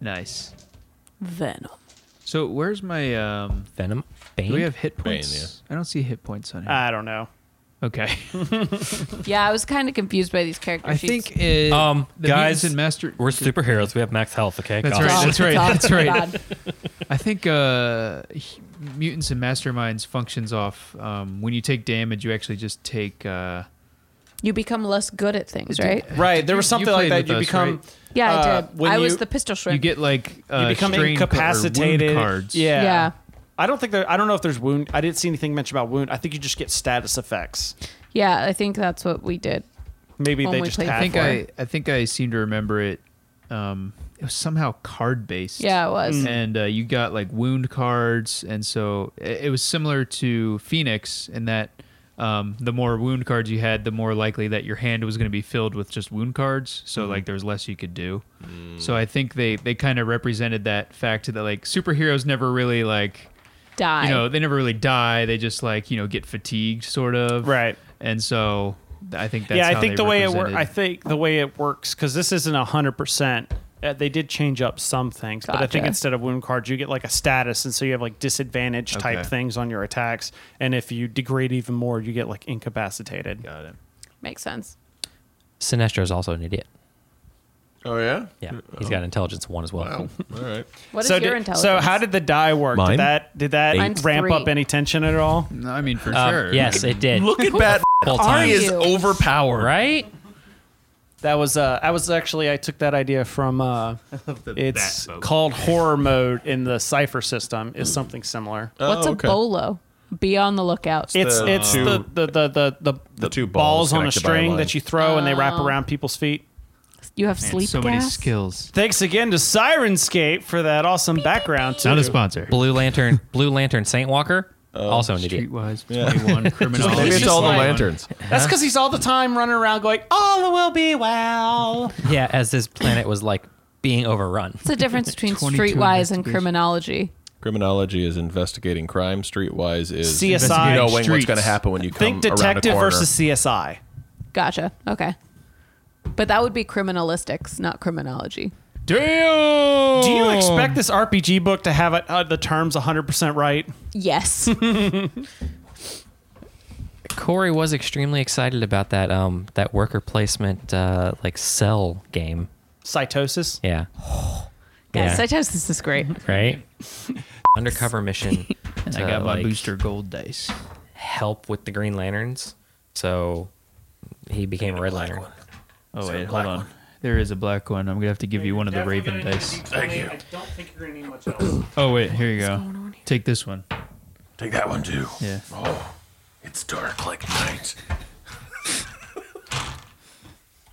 Speaker 5: nice.
Speaker 6: Venom.
Speaker 5: So where's my um?
Speaker 3: Venom. Bane.
Speaker 5: Do we have hit
Speaker 2: Bane,
Speaker 5: points? I don't see hit points on here.
Speaker 1: I don't know
Speaker 5: okay.
Speaker 6: Yeah, I was kind of confused by these character
Speaker 5: I
Speaker 6: sheets.
Speaker 5: think it,
Speaker 3: Um,
Speaker 5: the
Speaker 3: guys,
Speaker 5: mutants and master.
Speaker 3: <laughs> We're superheroes. We have max health. Okay.
Speaker 5: That's
Speaker 3: God.
Speaker 5: right.
Speaker 6: <laughs> Oh,
Speaker 5: right,
Speaker 6: God,
Speaker 5: that's right.
Speaker 6: God.
Speaker 5: I think uh, he- mutants and masterminds functions off. Um, when you take damage, you actually just take. Uh,
Speaker 6: You become less good at things, right?
Speaker 1: right there
Speaker 5: You-
Speaker 1: was
Speaker 5: you
Speaker 1: something like
Speaker 5: played
Speaker 1: that
Speaker 5: with
Speaker 1: you
Speaker 5: us,
Speaker 1: become
Speaker 5: right?
Speaker 6: Yeah, I
Speaker 1: uh,
Speaker 6: did.
Speaker 1: when
Speaker 6: I
Speaker 1: you-
Speaker 6: was the pistol shrimp.
Speaker 5: you get like uh,
Speaker 1: you become
Speaker 5: strain ca- or wound
Speaker 1: incapacitated
Speaker 5: cards.
Speaker 1: yeah
Speaker 6: Yeah.
Speaker 1: I don't think there I don't know if there's wound I didn't see anything mentioned about wound I think you just get status effects
Speaker 6: yeah, I think that's what we did.
Speaker 1: maybe
Speaker 6: When
Speaker 1: they
Speaker 6: we
Speaker 1: just
Speaker 6: play-
Speaker 1: have
Speaker 5: I think
Speaker 1: one.
Speaker 5: I, I think I seem to remember it. Um, it was somehow card based.
Speaker 6: Yeah, it was.
Speaker 1: Mm.
Speaker 5: And uh, you got like wound cards, and so it, it was similar to Phoenix in that um, the more wound cards you had, the more likely that your hand was going to be filled with just wound cards. So
Speaker 1: Mm.
Speaker 5: like there was less you could do. So I think they they kind of represented that fact that like superheroes never really like
Speaker 6: Die.
Speaker 5: you know they never really die. They just like you know get fatigued sort of.
Speaker 1: Right.
Speaker 5: And so I think that's
Speaker 1: yeah, I
Speaker 5: how
Speaker 1: think
Speaker 5: they
Speaker 1: the way it works.
Speaker 5: represented-
Speaker 1: I think the way it works because this isn't a hundred percent. uh, They did change up some things, but I think
Speaker 6: Gotcha.
Speaker 1: instead of wound cards, you get like a status, and so you have like disadvantage type
Speaker 5: Okay.
Speaker 1: things on your attacks. And if you degrade even more, you get like incapacitated.
Speaker 5: Got it.
Speaker 6: Makes sense.
Speaker 3: Sinestro is also an idiot.
Speaker 2: Oh yeah.
Speaker 3: Yeah, he's got intelligence one as well.
Speaker 2: Wow. All right.
Speaker 4: What is
Speaker 1: so
Speaker 4: your
Speaker 1: did,
Speaker 4: intelligence?
Speaker 1: so how did the die work?
Speaker 2: Mine?
Speaker 1: Did that did that
Speaker 4: Mine's
Speaker 1: ramp
Speaker 4: three.
Speaker 1: up any tension at all?
Speaker 5: No, I mean, for
Speaker 3: Um,
Speaker 5: sure.
Speaker 3: Yes, it did.
Speaker 2: Look at that.
Speaker 3: Full
Speaker 2: Ari
Speaker 3: time.
Speaker 2: is
Speaker 4: You.
Speaker 2: overpowered.
Speaker 3: right?
Speaker 1: That was uh, I was actually I took that idea from
Speaker 5: <laughs>
Speaker 1: uh, it's called horror mode in the cipher system
Speaker 5: Hmm.
Speaker 1: is something similar.
Speaker 4: What's
Speaker 2: Oh, okay.
Speaker 4: a bolo? Be on the lookout.
Speaker 1: It's
Speaker 2: the
Speaker 1: it's
Speaker 2: two-
Speaker 1: the, the, the, the, the
Speaker 2: the two
Speaker 1: balls,
Speaker 2: balls
Speaker 1: on a
Speaker 2: connected by a
Speaker 1: string
Speaker 2: line.
Speaker 1: that you throw and they wrap around people's feet.
Speaker 4: you have
Speaker 5: Man,
Speaker 4: sleep
Speaker 5: so
Speaker 4: gas.
Speaker 5: many skills.
Speaker 1: Thanks again to Sirenscape for that awesome background. Too.
Speaker 5: Not a sponsor.
Speaker 3: Blue Lantern, Blue Lantern, Saint Walker,
Speaker 5: Oh,
Speaker 3: also an idiot.
Speaker 5: Streetwise, 21, criminology.
Speaker 2: Maybe it's
Speaker 1: just
Speaker 2: all the
Speaker 1: like-
Speaker 2: lanterns.
Speaker 1: That's because he's all the time running around going, "All will be well."
Speaker 3: Yeah, as this planet was like being overrun.
Speaker 4: What's the difference between
Speaker 5: 22
Speaker 4: streetwise and
Speaker 5: investigation.
Speaker 4: criminology?
Speaker 2: Criminology is investigating crime. Streetwise is
Speaker 1: CSI
Speaker 2: knowing what's
Speaker 5: streets.
Speaker 2: going to happen when you come
Speaker 1: Think detective
Speaker 2: around a corner.
Speaker 1: versus CSI.
Speaker 4: Gotcha. Okay. But that would be criminalistics, not criminology.
Speaker 5: Damn!
Speaker 1: Do you expect this RPG book to have it, uh, the terms 100% right?
Speaker 4: Yes.
Speaker 3: Corey was extremely excited about that um that worker placement uh like cell game.
Speaker 1: Cytosis?
Speaker 3: Yeah.
Speaker 4: Guys,
Speaker 3: Yeah.
Speaker 4: sometimes this is great.
Speaker 3: right? Undercover mission.
Speaker 5: I
Speaker 3: to,
Speaker 5: got my
Speaker 3: like,
Speaker 5: booster gold dice.
Speaker 3: Help with the Green Lanterns. So he became a Red Lantern.
Speaker 5: Oh, wait, hold on. There is a black one. I'm going to have to give you one of the raven dice.
Speaker 1: Thank you. I don't think you're going to need much
Speaker 5: <coughs>
Speaker 1: else.
Speaker 5: Oh, wait, here you go. Take this one.
Speaker 2: Take that one too.
Speaker 5: Yeah.
Speaker 2: Oh, it's dark like night.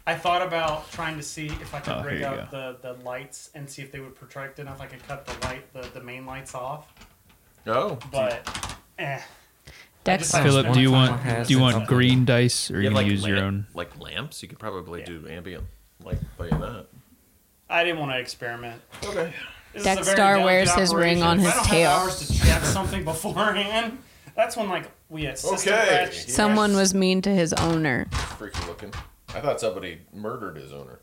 Speaker 1: I thought about trying to see if I could
Speaker 5: Oh,
Speaker 1: rig
Speaker 5: here you
Speaker 1: up the, the lights and see if they would protect enough. I could cut the light, the, the main lights off,
Speaker 2: Oh.
Speaker 1: but eh.
Speaker 4: Dex.
Speaker 1: I just-
Speaker 5: Philip, do you want
Speaker 3: has
Speaker 5: do you
Speaker 3: its
Speaker 5: want
Speaker 3: own-
Speaker 5: green dice or you can use your own?
Speaker 2: like lamps. You could probably do ambient light by that.
Speaker 1: I didn't want to experiment.
Speaker 2: Okay.
Speaker 1: This is a very
Speaker 4: Dexter
Speaker 1: delicate
Speaker 4: wears his
Speaker 1: operation.
Speaker 4: ring on
Speaker 1: If
Speaker 4: his
Speaker 1: I don't
Speaker 4: tail.
Speaker 1: Have hours to check something <laughs> beforehand. That's when like we had system
Speaker 2: Okay.
Speaker 1: crash.
Speaker 4: Someone was mean to his owner.
Speaker 2: Freaky looking. I thought somebody murdered his owner.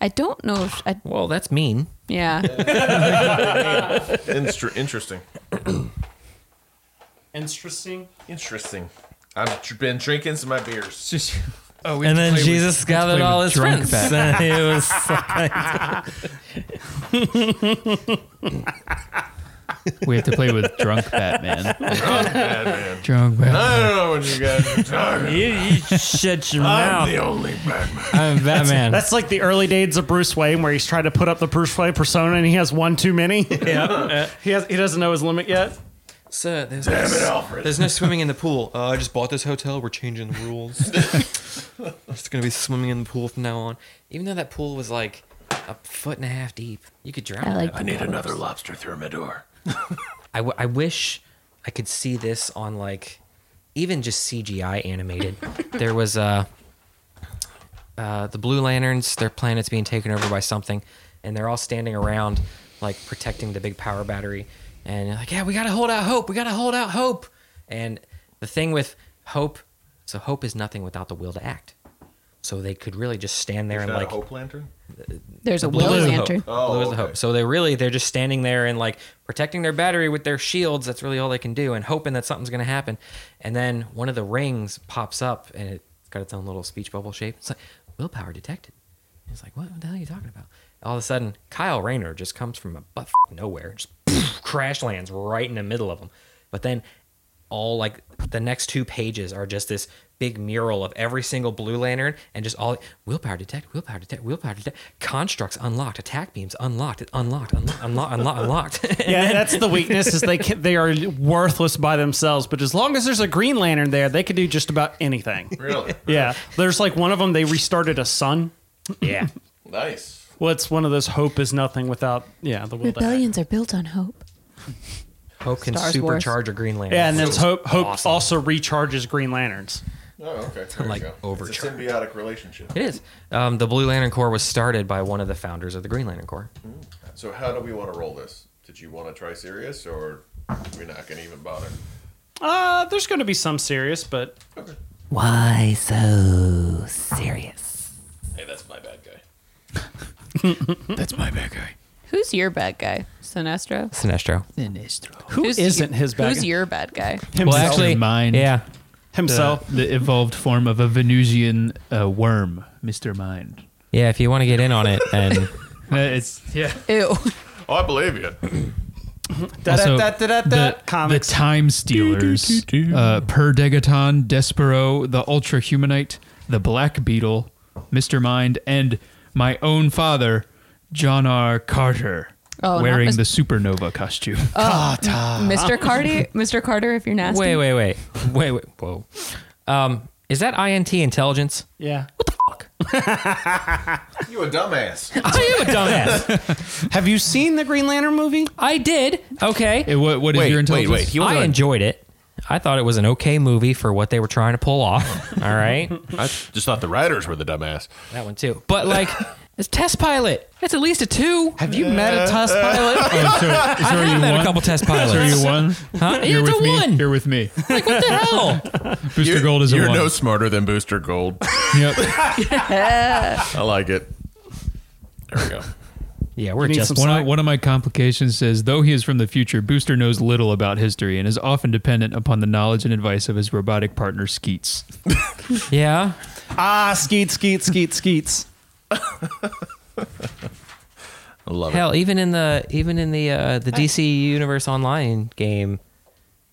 Speaker 4: I don't know if I,
Speaker 3: Well, that's mean.
Speaker 4: yeah.
Speaker 1: <laughs>
Speaker 2: Instr- interesting.
Speaker 1: interesting.
Speaker 2: Interesting. I've tr- been drinking some of my beers.
Speaker 1: <laughs>
Speaker 5: <laughs> Just, oh, we
Speaker 3: And then
Speaker 5: play
Speaker 3: Jesus gathered
Speaker 5: play
Speaker 3: all
Speaker 5: with
Speaker 3: his
Speaker 5: drunk
Speaker 3: friends. <laughs> And it was
Speaker 5: With, <laughs> we have to play <laughs> with drunk Batman.
Speaker 2: Oh, Batman.
Speaker 5: drunk Batman.
Speaker 2: I don't know what you guys <laughs> are talking
Speaker 3: you, you shut
Speaker 5: <laughs>
Speaker 3: your
Speaker 2: about. I'm
Speaker 3: mouth.
Speaker 2: the only Batman.
Speaker 3: I'm Batman.
Speaker 1: That's like the early days of Bruce Wayne, where he's trying to put up the Bruce Wayne persona, and he has one too
Speaker 2: <laughs>
Speaker 1: many. Yeah, <laughs> he has. He doesn't know his limit yet.
Speaker 7: Sir, there's,
Speaker 2: Damn it,
Speaker 7: no,
Speaker 2: Alfred.
Speaker 7: there's no swimming
Speaker 2: <laughs>
Speaker 7: in the pool. Uh, I just bought this hotel. We're changing the rules. it's gonna be swimming in the pool from now on. Even though that pool was like a foot and a half deep, you could drown.
Speaker 4: I
Speaker 7: in
Speaker 4: like
Speaker 7: that.
Speaker 2: I need another lobster thermidor.
Speaker 3: I, w- I wish I could see this on like even just CGI animated. there was uh, uh, the Blue Lanterns, their planet's being taken over by something, and they're all standing around like protecting the big power battery. And they're like, yeah, we gotta hold out hope. We gotta hold out hope. And the thing with hope, so hope is nothing without the will to act. So they could really just stand there and like
Speaker 2: lantern?
Speaker 4: There's a will
Speaker 3: is the
Speaker 4: lantern.
Speaker 2: Oh,
Speaker 3: Blue is the
Speaker 2: okay.
Speaker 3: hope. So they're really they're just standing there and like protecting their battery with their shields. That's really all they can do, and hoping that something's gonna happen. And then one of the rings pops up, and it's got its own little speech bubble shape. It's like willpower detected. And It's like what, what the hell are you talking about? All of a sudden, Kyle Rayner just comes from a butt nowhere, just <laughs> crash lands right in the middle of them. But then all like the next two pages are just this big mural of every single blue lantern and just all willpower detect, willpower detect, willpower detect, constructs unlocked, attack beams unlocked, unlocked, unlocked, unlocked, unlocked, unlocked. <laughs>
Speaker 1: Yeah, that's the weakness is they can, they are worthless by themselves. But as long as there's a Green Lantern there, they can do just about anything.
Speaker 2: Really? <laughs>
Speaker 1: Yeah, there's like one of them. They restarted a sun.
Speaker 3: yeah.
Speaker 2: nice.
Speaker 1: Well, it's one of those. Hope is nothing without yeah the will. to act.
Speaker 4: Rebellions are built on hope.
Speaker 3: Hope can
Speaker 4: Stars Wars.
Speaker 3: supercharge a Green Lantern.
Speaker 1: Yeah, and then
Speaker 3: Which is
Speaker 1: hope hope
Speaker 3: awesome.
Speaker 1: also recharges Green Lanterns.
Speaker 2: Oh, okay. There
Speaker 3: Like
Speaker 2: you go. It's a
Speaker 3: overcharged.
Speaker 2: symbiotic relationship.
Speaker 3: It is. Um, the Blue Lantern Corps was started by one of the founders of the Green Lantern Corps.
Speaker 2: So how do we want to roll this? Did you want to try serious, or we're not gonna even bother?
Speaker 1: Uh, there's going to be some serious, but
Speaker 3: Why so serious?
Speaker 2: Hey, that's my bad guy.
Speaker 5: That's my bad guy.
Speaker 4: Who's your bad guy? Sinestro?
Speaker 3: Sinestro.
Speaker 5: Sinestro.
Speaker 1: who
Speaker 4: Who's
Speaker 1: isn't
Speaker 4: your-
Speaker 1: his bad
Speaker 4: Who's your bad guy?
Speaker 1: himself?
Speaker 5: actually- Mind.
Speaker 3: yeah.
Speaker 1: himself.
Speaker 5: The, the evolved form of a Venusian uh, worm, Mr. Mind.
Speaker 3: Yeah, if you want to get in on it, <laughs> and
Speaker 5: Uh, It's yeah.
Speaker 4: Ew.
Speaker 2: Oh, I believe you.
Speaker 5: Also,
Speaker 1: Da-da-da-da-da-da. Comics.
Speaker 5: <laughs> the Time Stealers, uh, Perdegaton, Despero, the Ultra Humanite, the Black Beetle, Mr. Mind, and my own father, John R. Carter,
Speaker 4: Oh, not
Speaker 5: wearing
Speaker 4: Mis-
Speaker 5: the supernova costume.
Speaker 4: Mr. Carter, Mr. Carter, if you're nasty.
Speaker 3: wait, wait, wait, wait, wait, whoa. Um, is that INT intelligence?
Speaker 1: Yeah.
Speaker 2: <laughs> You a dumbass.
Speaker 3: <laughs> I am a dumbass.
Speaker 1: Have you seen the Green Lantern movie?
Speaker 3: I did. Okay.
Speaker 5: Hey, what, what is
Speaker 2: Wait,
Speaker 5: your
Speaker 2: wait,
Speaker 5: intelligence?
Speaker 2: wait, he- wasn't
Speaker 3: I
Speaker 2: on-
Speaker 3: enjoyed it. I thought it was an okay movie for what they were trying to pull <laughs> off. All right.
Speaker 2: I just thought the writers were the dumbass.
Speaker 3: That one too. But like, it's test pilot. That's at least a two.
Speaker 1: Have you met a test pilot?
Speaker 5: <laughs> Oh, so, so
Speaker 3: I
Speaker 5: are
Speaker 3: have
Speaker 5: you
Speaker 3: met
Speaker 5: one?
Speaker 3: a couple test pilots.
Speaker 5: So are you one?
Speaker 3: huh?
Speaker 5: You're
Speaker 3: it's
Speaker 5: with
Speaker 3: a
Speaker 5: me.
Speaker 3: one.
Speaker 5: You're
Speaker 2: <laughs>
Speaker 5: with me.
Speaker 3: like, what the
Speaker 5: <laughs>
Speaker 3: hell?
Speaker 5: Booster Gold is a
Speaker 2: You're
Speaker 5: one.
Speaker 2: no smarter than Booster Gold. <laughs>
Speaker 5: Yep.
Speaker 2: I like it. There we go.
Speaker 3: Yeah, we're
Speaker 1: need
Speaker 3: just
Speaker 1: some
Speaker 3: one.
Speaker 5: One of, one of my complications says, though he is from the future, Booster knows little about history and is often dependent upon the knowledge and advice of his robotic partner Skeets.
Speaker 3: Yeah.
Speaker 1: ah, skeet, skeet, skeet, skeets.
Speaker 2: I love it.
Speaker 3: Hell, even in the even in the uh, the DC Universe Online game,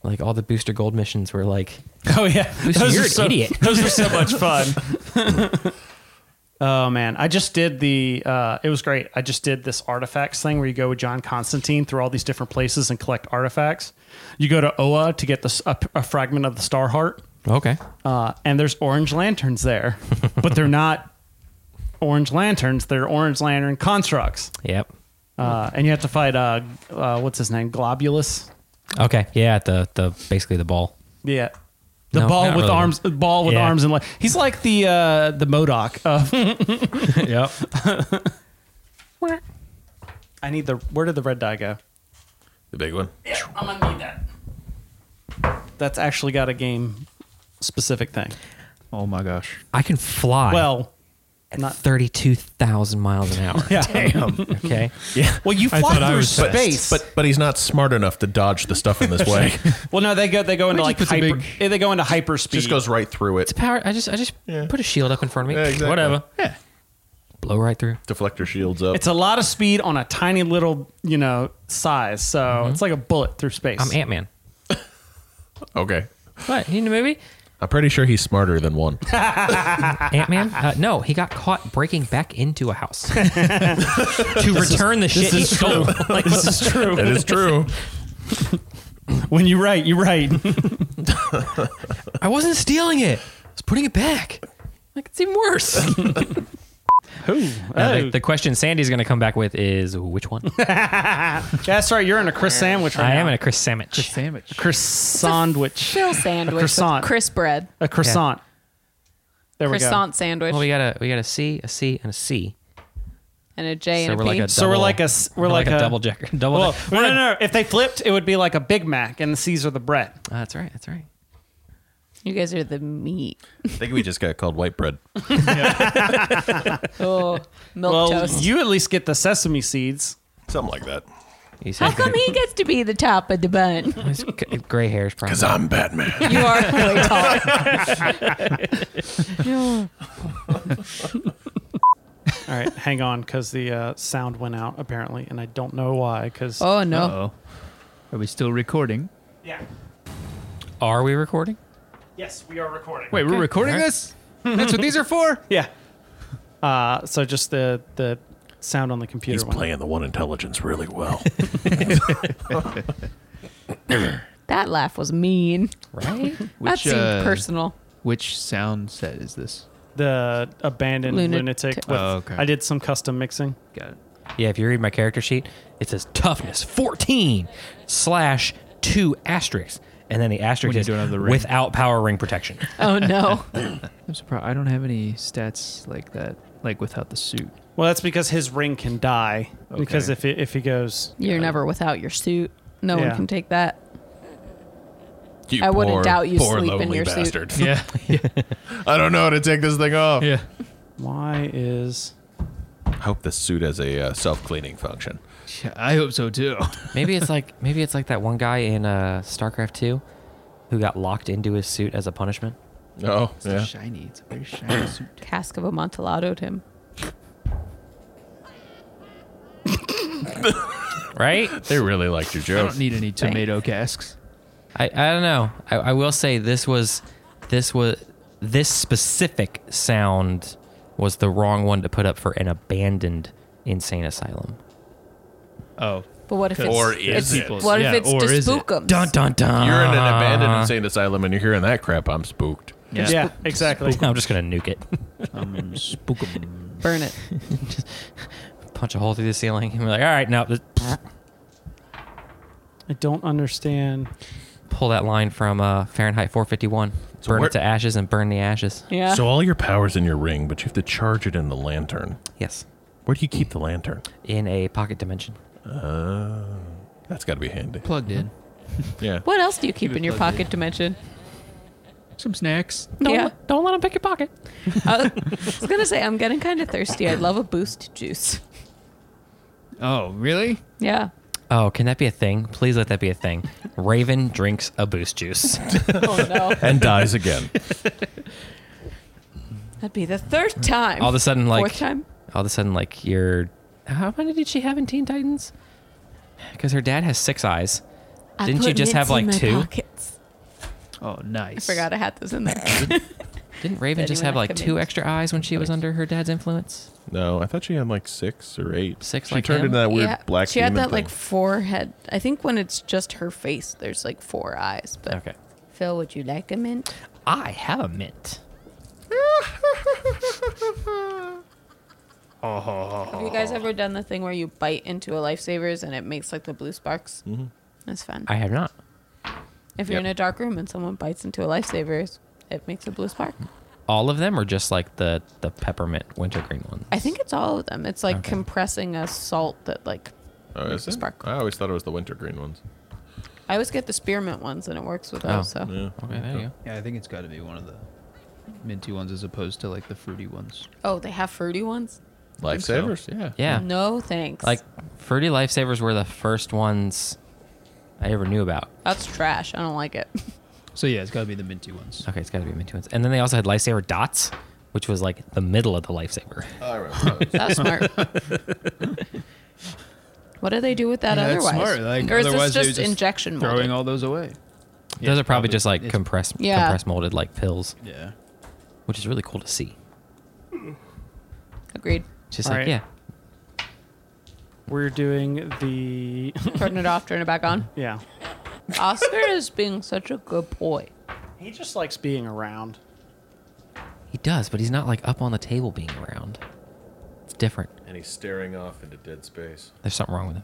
Speaker 3: like all the Booster Gold missions were like,
Speaker 1: <laughs> Oh yeah,
Speaker 3: Lucy, you're
Speaker 1: are
Speaker 3: an
Speaker 1: so,
Speaker 3: idiot.
Speaker 1: <laughs> Those were so much fun.
Speaker 3: <laughs>
Speaker 1: oh man, I just did the. Uh, it was great. I just did this artifacts thing where you go with John Constantine through all these different places and collect artifacts. You go to Oa to get this a, a fragment of the Star Heart,
Speaker 3: okay,
Speaker 1: uh, and there's orange lanterns
Speaker 3: <laughs>
Speaker 1: there, but they're not orange lanterns. They're orange lantern constructs,
Speaker 3: yep,
Speaker 1: uh, and you have to fight. Uh, uh, what's his name? Globulus.
Speaker 3: okay, yeah. The the basically the ball.
Speaker 1: Yeah. The
Speaker 3: No,
Speaker 1: ball
Speaker 3: not
Speaker 1: with
Speaker 3: really.
Speaker 1: arms, ball with
Speaker 3: Yeah.
Speaker 1: arms and legs. He's like the uh, the Modoc of
Speaker 5: <laughs> yep.
Speaker 1: I need the. Where did the red die go?
Speaker 2: The big one.
Speaker 1: I'm gonna need that. That's actually got a game specific thing.
Speaker 5: Oh my gosh.
Speaker 3: I can fly.
Speaker 1: Well,
Speaker 3: at
Speaker 1: not-
Speaker 3: thirty two thousand miles an hour.
Speaker 1: yeah.
Speaker 3: Okay,
Speaker 1: Well, you fly
Speaker 5: thought I
Speaker 1: through
Speaker 5: was fast.
Speaker 1: space,
Speaker 2: But but he's not smart enough to dodge the stuff in <laughs> this way.
Speaker 1: well, no, they go they go into
Speaker 5: you
Speaker 1: like
Speaker 5: put the
Speaker 1: hyper.
Speaker 5: big-
Speaker 1: eh, They go into hyper speed.
Speaker 2: Just goes right through it.
Speaker 3: power. I just I just put a shield up in front of me.
Speaker 2: Yeah, exactly.
Speaker 3: Whatever.
Speaker 5: Yeah.
Speaker 3: Blow right through.
Speaker 2: Deflector shields up.
Speaker 1: It's a lot of speed on a tiny little you know size, so it's like a bullet through space.
Speaker 3: I'm Ant Man.
Speaker 2: okay.
Speaker 3: What? You in the movie?
Speaker 2: I'm pretty sure he's smarter than <laughs> one.
Speaker 3: Ant Man? Uh, no, he got caught breaking back into a house to return the shit he stole.
Speaker 1: like this is true.
Speaker 2: that is true.
Speaker 1: when you write, you write.
Speaker 3: <laughs>
Speaker 1: <laughs>
Speaker 3: I wasn't stealing it. I was putting it back. Like it's even worse. Now, the, the question Sandy's going to come back with is which one?
Speaker 1: That's right. You're in a Chris sandwich. Right
Speaker 3: I am
Speaker 1: now.
Speaker 3: in a Chris sandwich.
Speaker 5: Sandwich.
Speaker 1: Chris sandwich.
Speaker 4: Chill sandwich.
Speaker 1: croissant.
Speaker 4: With crisp bread.
Speaker 1: A croissant. There we go.
Speaker 4: Croissant sandwich.
Speaker 3: well, we got a we got a C, a C, and a C.
Speaker 4: and a J
Speaker 3: So
Speaker 4: and
Speaker 3: we're
Speaker 4: a
Speaker 3: like
Speaker 4: P.
Speaker 3: a
Speaker 1: So we're
Speaker 3: double-
Speaker 1: like a s- we're like a-
Speaker 3: double jacker. Double.
Speaker 1: Well,
Speaker 3: jack- <laughs>
Speaker 1: no, no, no. If they flipped, it would be like a Big Mac, and the C's are the bread.
Speaker 3: Ah, that's right. That's right.
Speaker 4: you guys are the meat.
Speaker 2: I think we just got called white bread.
Speaker 4: Oh, milk
Speaker 1: Well,
Speaker 4: toast.
Speaker 1: you at least get the sesame seeds.
Speaker 2: Something like that.
Speaker 3: He's <laughs>
Speaker 4: How come he gets to be the top of the bun?
Speaker 3: His g- gray hairs probably.
Speaker 2: Because I'm Batman.
Speaker 4: You are really tall.
Speaker 1: All right, hang on, because the uh, sound went out apparently, and I don't know why. Because
Speaker 4: Oh no.
Speaker 5: Oh. Are we still recording?
Speaker 1: yeah,
Speaker 3: Are we recording?
Speaker 1: yes, we are recording.
Speaker 5: Wait, we're recording
Speaker 3: Alright.
Speaker 5: this? That's what these are for?
Speaker 1: yeah. Uh, so just the the sound on the computer.
Speaker 2: He's
Speaker 1: went out.
Speaker 2: playing the one intelligence really well.
Speaker 4: That laugh was mean.
Speaker 3: Right.
Speaker 4: that
Speaker 5: Which,
Speaker 4: seemed
Speaker 5: uh,
Speaker 4: personal.
Speaker 5: <laughs> Which sound set is this?
Speaker 1: the abandoned
Speaker 4: Lunat-
Speaker 1: lunatic. with,
Speaker 5: Oh, okay.
Speaker 1: I did some custom mixing.
Speaker 5: Got it.
Speaker 3: <laughs> Yeah, if you read my character sheet, it says toughness 14 slash two asterisks. And then the asterisk
Speaker 5: When you
Speaker 3: is
Speaker 5: don't have the ring.
Speaker 3: without power ring protection.
Speaker 4: Oh no.
Speaker 5: I'm surprised. I don't have any stats like that, like without the suit.
Speaker 1: Well, that's because his ring can die. Because
Speaker 5: Okay.
Speaker 1: if it, if he goes,
Speaker 4: You're never without your suit. No
Speaker 1: Yeah.
Speaker 4: one can take that.
Speaker 2: <laughs> You
Speaker 4: I wouldn't
Speaker 2: poor,
Speaker 4: doubt you
Speaker 2: poor
Speaker 4: sleep in
Speaker 2: lonely
Speaker 4: your suit. <laughs>
Speaker 2: bastard.
Speaker 5: <laughs> Yeah.
Speaker 2: I don't know how to take this thing off.
Speaker 5: yeah.
Speaker 1: why is
Speaker 2: I hope this suit has a uh, self-cleaning function.
Speaker 5: Yeah, <laughs> I hope so too.
Speaker 3: <laughs> maybe it's like maybe it's like that one guy in uh, StarCraft 2 who got locked into his suit as a punishment.
Speaker 5: <laughs>
Speaker 2: Oh, yeah.
Speaker 5: <coughs> Shiny. It's a very shiny suit.
Speaker 4: Cask of Amontillado him.
Speaker 3: right?
Speaker 2: They really liked your
Speaker 5: I
Speaker 2: joke.
Speaker 5: don't need any tomato casks.
Speaker 3: I, I don't know. I, I will say this was this was this specific sound was the wrong one to put up for an abandoned insane asylum.
Speaker 5: Oh,
Speaker 4: But what if it's
Speaker 2: or is it?
Speaker 5: people's-
Speaker 4: what
Speaker 5: yeah,
Speaker 4: if it's
Speaker 5: or
Speaker 4: to
Speaker 5: is it?
Speaker 4: spook 'em?
Speaker 3: Dun dun dun.
Speaker 2: You're in an abandoned
Speaker 3: <laughs>
Speaker 2: insane asylum and you're hearing that crap. I'm spooked.
Speaker 5: yeah.
Speaker 1: Yeah, exactly.
Speaker 3: I'm just gonna nuke it.
Speaker 5: Um, spook 'em.
Speaker 4: Burn it.
Speaker 3: <laughs> Punch a hole through the ceiling and be like, all right, now
Speaker 1: I don't understand.
Speaker 3: pull that line from uh, Fahrenheit 451. burn
Speaker 2: where-
Speaker 3: it to ashes and burn the ashes.
Speaker 4: Yeah.
Speaker 2: So all your power's in your ring, but you have to charge it in the lantern.
Speaker 3: Yes,
Speaker 2: Where do you keep the lantern?
Speaker 3: in a pocket dimension.
Speaker 2: That's got to be handy.
Speaker 5: Plugged in.
Speaker 2: Yeah.
Speaker 4: what else do you keep in your pocket dimension?
Speaker 5: Some snacks.
Speaker 4: Don't yeah.
Speaker 3: Don't let them pick your pocket.
Speaker 4: <laughs> I was gonna say I'm getting kind of thirsty. I'd love a boost juice.
Speaker 5: Oh, really?
Speaker 4: Yeah.
Speaker 3: Oh, can that be a thing? Please let that be a thing. Raven drinks a boost juice.
Speaker 4: Oh no.
Speaker 2: <laughs> And dies again.
Speaker 4: That'd be the third time.
Speaker 3: All of a sudden, like
Speaker 4: fourth time.
Speaker 3: all of a sudden, like you're. How many did she have in Teen Titans? Because her dad has six eyes.
Speaker 4: I
Speaker 3: Didn't
Speaker 4: put
Speaker 3: you just have,
Speaker 4: mints
Speaker 3: like,
Speaker 4: in my
Speaker 3: two?
Speaker 4: Pockets.
Speaker 5: Oh, nice.
Speaker 4: Forgot I had those in there.
Speaker 3: Didn't Raven
Speaker 4: Did
Speaker 3: just have
Speaker 4: anyone
Speaker 3: like
Speaker 4: recommend-
Speaker 3: two extra eyes when she was under her dad's influence?
Speaker 2: <laughs> No, I thought she had like six or eight.
Speaker 3: Six
Speaker 2: She
Speaker 3: like
Speaker 2: turned
Speaker 3: him?
Speaker 2: into that weird
Speaker 4: yeah.
Speaker 2: black.
Speaker 4: she had
Speaker 2: demon
Speaker 4: that like
Speaker 2: thing.
Speaker 4: forehead. I think when it's just her face, there's like four eyes. But
Speaker 3: Okay.
Speaker 4: Phil, would you like a mint?
Speaker 3: I have a mint.
Speaker 4: Have you guys ever done the thing where you bite into a lifesavers and it makes like the blue sparks? Mm-hmm. That's fun.
Speaker 3: I have not.
Speaker 4: if you're in a dark room and someone bites into a lifesavers, it makes a blue spark.
Speaker 3: All of them, or just like the the peppermint wintergreen ones.
Speaker 4: I think it's all of them. It's like
Speaker 3: Okay.
Speaker 4: compressing a salt that like
Speaker 2: Oh, is it?
Speaker 4: sparkle.
Speaker 2: I always thought it was the wintergreen ones.
Speaker 4: I always get the spearmint ones and it works with
Speaker 3: Oh.
Speaker 4: those. So
Speaker 2: Yeah.
Speaker 3: Okay, there you go.
Speaker 5: Yeah, I think it's got to be one of the minty ones as opposed to like the fruity ones.
Speaker 4: oh, they have fruity ones.
Speaker 2: Lifesavers. Yeah.
Speaker 3: Yeah.
Speaker 4: No thanks.
Speaker 3: Like fruity lifesavers were the first ones I ever knew about.
Speaker 4: that's trash. I don't
Speaker 3: <laughs>
Speaker 4: like it.
Speaker 5: So yeah, it's got to be the minty ones.
Speaker 3: Okay, it's got to be minty ones. And then they also had lifesaver dots, which was like the middle of the lifesaver.
Speaker 2: I remember.
Speaker 4: That was smart. what do they do with that
Speaker 5: Yeah, that's
Speaker 4: otherwise?
Speaker 5: smart. Like,
Speaker 4: or is
Speaker 5: otherwise they
Speaker 4: this
Speaker 5: were
Speaker 4: just,
Speaker 5: just
Speaker 4: injection molded?
Speaker 5: Throwing all those away.
Speaker 3: Those are probably
Speaker 5: probably-
Speaker 3: just like
Speaker 5: it's-
Speaker 3: compressed,
Speaker 4: Yeah.
Speaker 3: compressed molded like pills,
Speaker 5: Yeah.
Speaker 3: which is really cool to see.
Speaker 4: Agreed.
Speaker 3: Just
Speaker 1: All right.
Speaker 3: like yeah,
Speaker 1: We're doing the <laughs>
Speaker 4: Turn it off. Turn it back
Speaker 5: <laughs>
Speaker 4: on.
Speaker 1: yeah.
Speaker 4: Oscar is being such a good boy.
Speaker 1: He just likes being around.
Speaker 3: he does, but he's not like up on the table being around. It's different.
Speaker 2: and he's staring off into dead space.
Speaker 3: There's something wrong with him.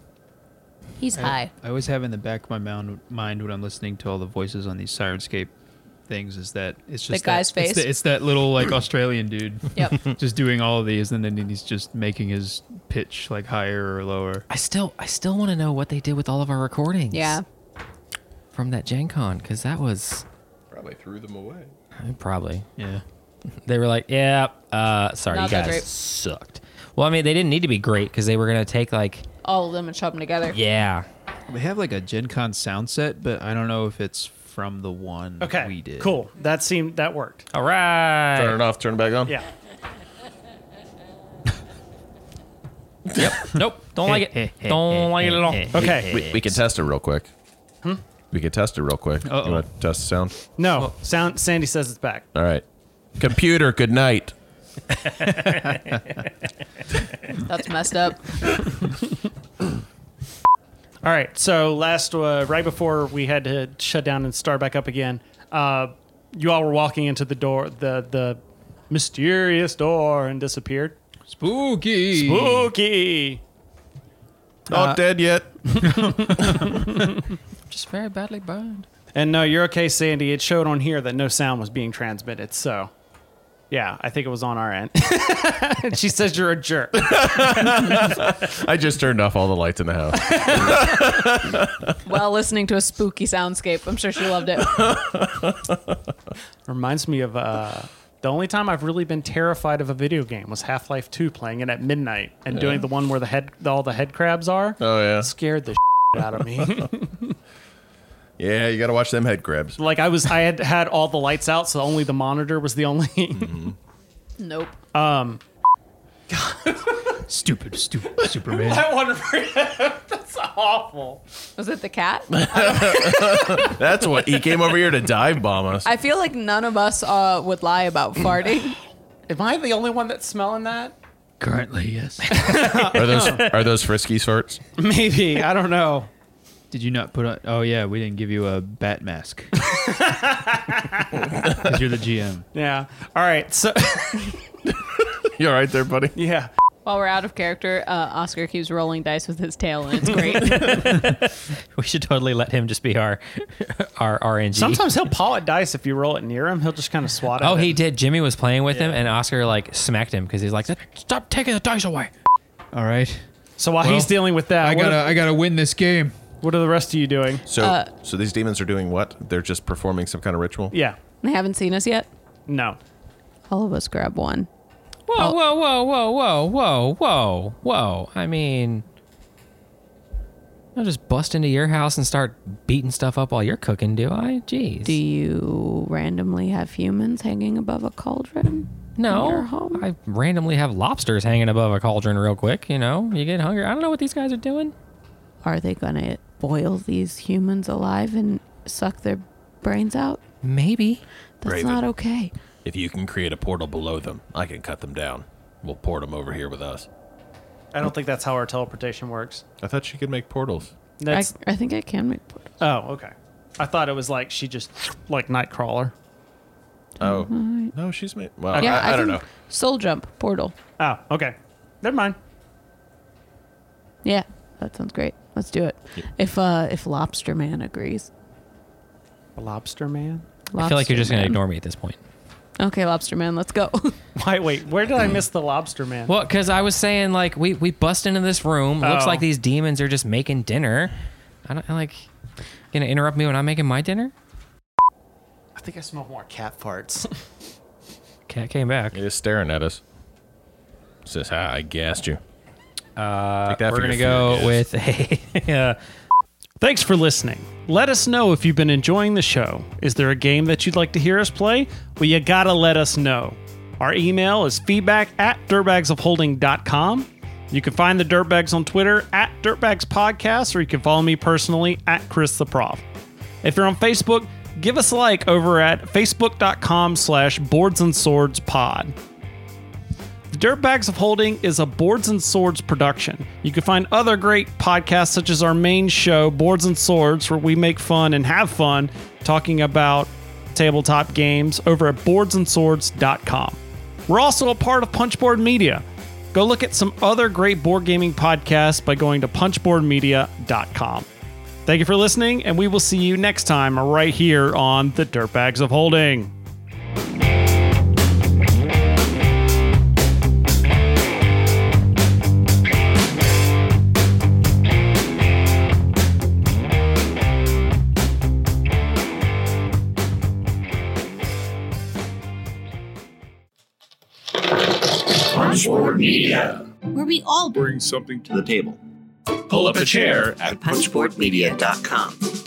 Speaker 4: He's high.
Speaker 5: I always have in the back of my mound, mind when I'm listening to all the voices on these Sirenscape things is that it's just that-
Speaker 4: guy's face?
Speaker 5: It's, the- it's that little <coughs> like Australian dude
Speaker 4: Yep.
Speaker 5: <laughs> just doing all of these, and then he's just making his pitch like higher or lower.
Speaker 3: I still, I still want to know what they did with all of our recordings.
Speaker 4: Yeah.
Speaker 3: from that Gen Con, because that was
Speaker 2: Probably threw them away.
Speaker 3: probably
Speaker 5: Yeah.
Speaker 3: they were like, yeah, uh, sorry,
Speaker 4: Not
Speaker 3: you
Speaker 4: that
Speaker 3: guys
Speaker 4: great.
Speaker 3: sucked. Well, I mean, they didn't need to be great because they were gonna take like,
Speaker 4: All of them and chop them together.
Speaker 3: yeah,
Speaker 5: They have like a Gen Con sound set, but I don't know if it's from the one
Speaker 1: Okay.
Speaker 5: we did.
Speaker 1: Cool. That seemed that worked.
Speaker 3: all right,
Speaker 2: Turn it off. Turn it back on.
Speaker 1: Yeah.
Speaker 3: nope, don't like
Speaker 5: Eh,
Speaker 4: <laughs>
Speaker 3: it, don't like it at all.
Speaker 1: Okay.
Speaker 2: We, we can test it real quick. Hmm? We can test it real quick.
Speaker 5: Uh-oh.
Speaker 2: You want to test the sound?
Speaker 1: No. Sound Sandy says it's back.
Speaker 2: All right. Computer, good night.
Speaker 4: That's messed up.
Speaker 1: All right. So last, uh, right before we had to shut down and start back up again, uh, you all were walking into the door, the the mysterious door, and disappeared.
Speaker 5: Spooky.
Speaker 1: Spooky.
Speaker 2: Not dead yet.
Speaker 3: Just very badly burned.
Speaker 1: And no, you're okay, Sandy. It showed on here that no sound was being transmitted. So, yeah, I think it was on our end. <laughs> she says you're a jerk.
Speaker 2: I just turned off all the lights in the <laughs> house.
Speaker 4: While listening to a spooky soundscape, I'm sure she loved
Speaker 3: <laughs>
Speaker 4: it.
Speaker 1: Reminds me of uh, the only time I've really been terrified of a video game was Half Life 2 playing it at midnight and doing the one where the head, all the head crabs are.
Speaker 2: Oh yeah.
Speaker 1: Scared the out of me. <laughs>
Speaker 2: Yeah, you got to watch them head grabs.
Speaker 1: like I was, I had had all the lights out, so only the monitor was the only.
Speaker 4: Nope.
Speaker 5: Stupid, <laughs> stupid Superman.
Speaker 1: That one, that's awful.
Speaker 4: Was it the cat?
Speaker 2: That's what he came over here to dive bomb us.
Speaker 4: I feel like none of us uh, would lie <laughs> about farting.
Speaker 1: Am I the only one that's smelling that?
Speaker 5: Currently, yes.
Speaker 2: Are those are those frisky <laughs> farts?
Speaker 1: <laughs> Maybe I don't know.
Speaker 5: <laughs> Did you not put on? Oh yeah, we didn't give you a bat <laughs> mask. 'Cause you're the GM.
Speaker 1: Yeah. All right. So
Speaker 2: You all right there, buddy?
Speaker 1: yeah.
Speaker 4: While we're out of character, uh, Oscar keeps rolling dice with his tail, <laughs> and it's great.
Speaker 3: <laughs> We should totally let him just be our <laughs> our RNG.
Speaker 1: Sometimes he'll paw at dice if you roll it near him. He'll just kind of swat. at
Speaker 3: Oh,
Speaker 1: it.
Speaker 3: he did. Jimmy was playing with him, and Oscar like smacked him because he's like, "Stop taking the dice away."
Speaker 5: All right.
Speaker 1: So while he's
Speaker 5: Well,
Speaker 1: dealing with that,
Speaker 5: I
Speaker 1: what,
Speaker 5: gotta,
Speaker 1: are,
Speaker 5: I gotta win this game.
Speaker 1: what are the rest of you doing?
Speaker 2: So so these demons are doing what? They're just performing some kind of ritual.
Speaker 1: Yeah.
Speaker 4: they haven't seen us yet.
Speaker 1: No.
Speaker 4: All of us grab one.
Speaker 3: Whoa, whoa, whoa, whoa, whoa, whoa, whoa, whoa! I mean, I'll just bust into your house and start beating stuff up while you're cooking, do I? Jeez.
Speaker 4: Do you randomly have humans hanging above a cauldron? in your
Speaker 3: no,
Speaker 4: home?
Speaker 3: I randomly have lobsters hanging above a cauldron real quick. You know, you get hungry. I don't know what these guys are doing.
Speaker 4: Are they gonna boil these humans alive and suck their brains out?
Speaker 3: Maybe.
Speaker 4: That's
Speaker 2: Raven.
Speaker 4: not okay.
Speaker 2: If you can create a portal below them, I can cut them down. We'll port them over here with us.
Speaker 1: I don't think that's how our teleportation works.
Speaker 2: I thought she could make portals.
Speaker 4: I,
Speaker 1: That's
Speaker 4: I think I can make portals.
Speaker 1: oh okay. I thought it was like she just like Nightcrawler.
Speaker 2: Oh no, she's made. Well,
Speaker 1: Yeah,
Speaker 2: I, I, don't
Speaker 4: can-
Speaker 2: know.
Speaker 4: Soul jump portal.
Speaker 1: Oh okay. Never mind.
Speaker 4: Yeah, that sounds great. Let's do it. If uh, if Lobster Man agrees.
Speaker 1: Lobster man.
Speaker 3: I feel like you're just gonna
Speaker 4: Lobster Man.
Speaker 3: ignore me at this point.
Speaker 4: Okay, Lobster Man, let's go. <laughs>
Speaker 1: Wait wait. Where did I miss the lobster man?
Speaker 3: Well, because I was saying like we we bust into this room. Looks
Speaker 1: Oh.
Speaker 3: like these demons are just making dinner. I don't like gonna interrupt me when I'm making my dinner.
Speaker 1: I think I smell more cat farts.
Speaker 3: Cat came back.
Speaker 2: It is staring at us. Says, "Hi, I gassed you." Uh,
Speaker 3: We're gonna go with a.
Speaker 5: <laughs>
Speaker 3: uh,
Speaker 1: <laughs> Thanks for listening. Let us know if you've been enjoying the show. Is there a game that you'd like to hear us play? Well, you gotta let us know. Our email is feedback at dirtbagsofholding.com. You can find the Dirtbags on Twitter at Dirtbags Podcast, or you can follow me personally at Chris the Prof. If you're on Facebook, give us a like over at facebook.com slash boards and swords pod. The Dirtbags of Holding is a Boards and Swords production. You can find other great podcasts such as our main show, Boards and Swords, where we make fun and have fun talking about tabletop games over at boardsandswords.com. We're also a part of Punchboard Media. Go look at some other great board gaming podcasts by going to punchboardmedia.com. Thank you for listening, and we will see you next time right here on The Dirtbags of Holding.
Speaker 8: Punchboard Media.
Speaker 9: where we all
Speaker 8: Bring something to the table. Pull up a chair at punchboardmedia.com.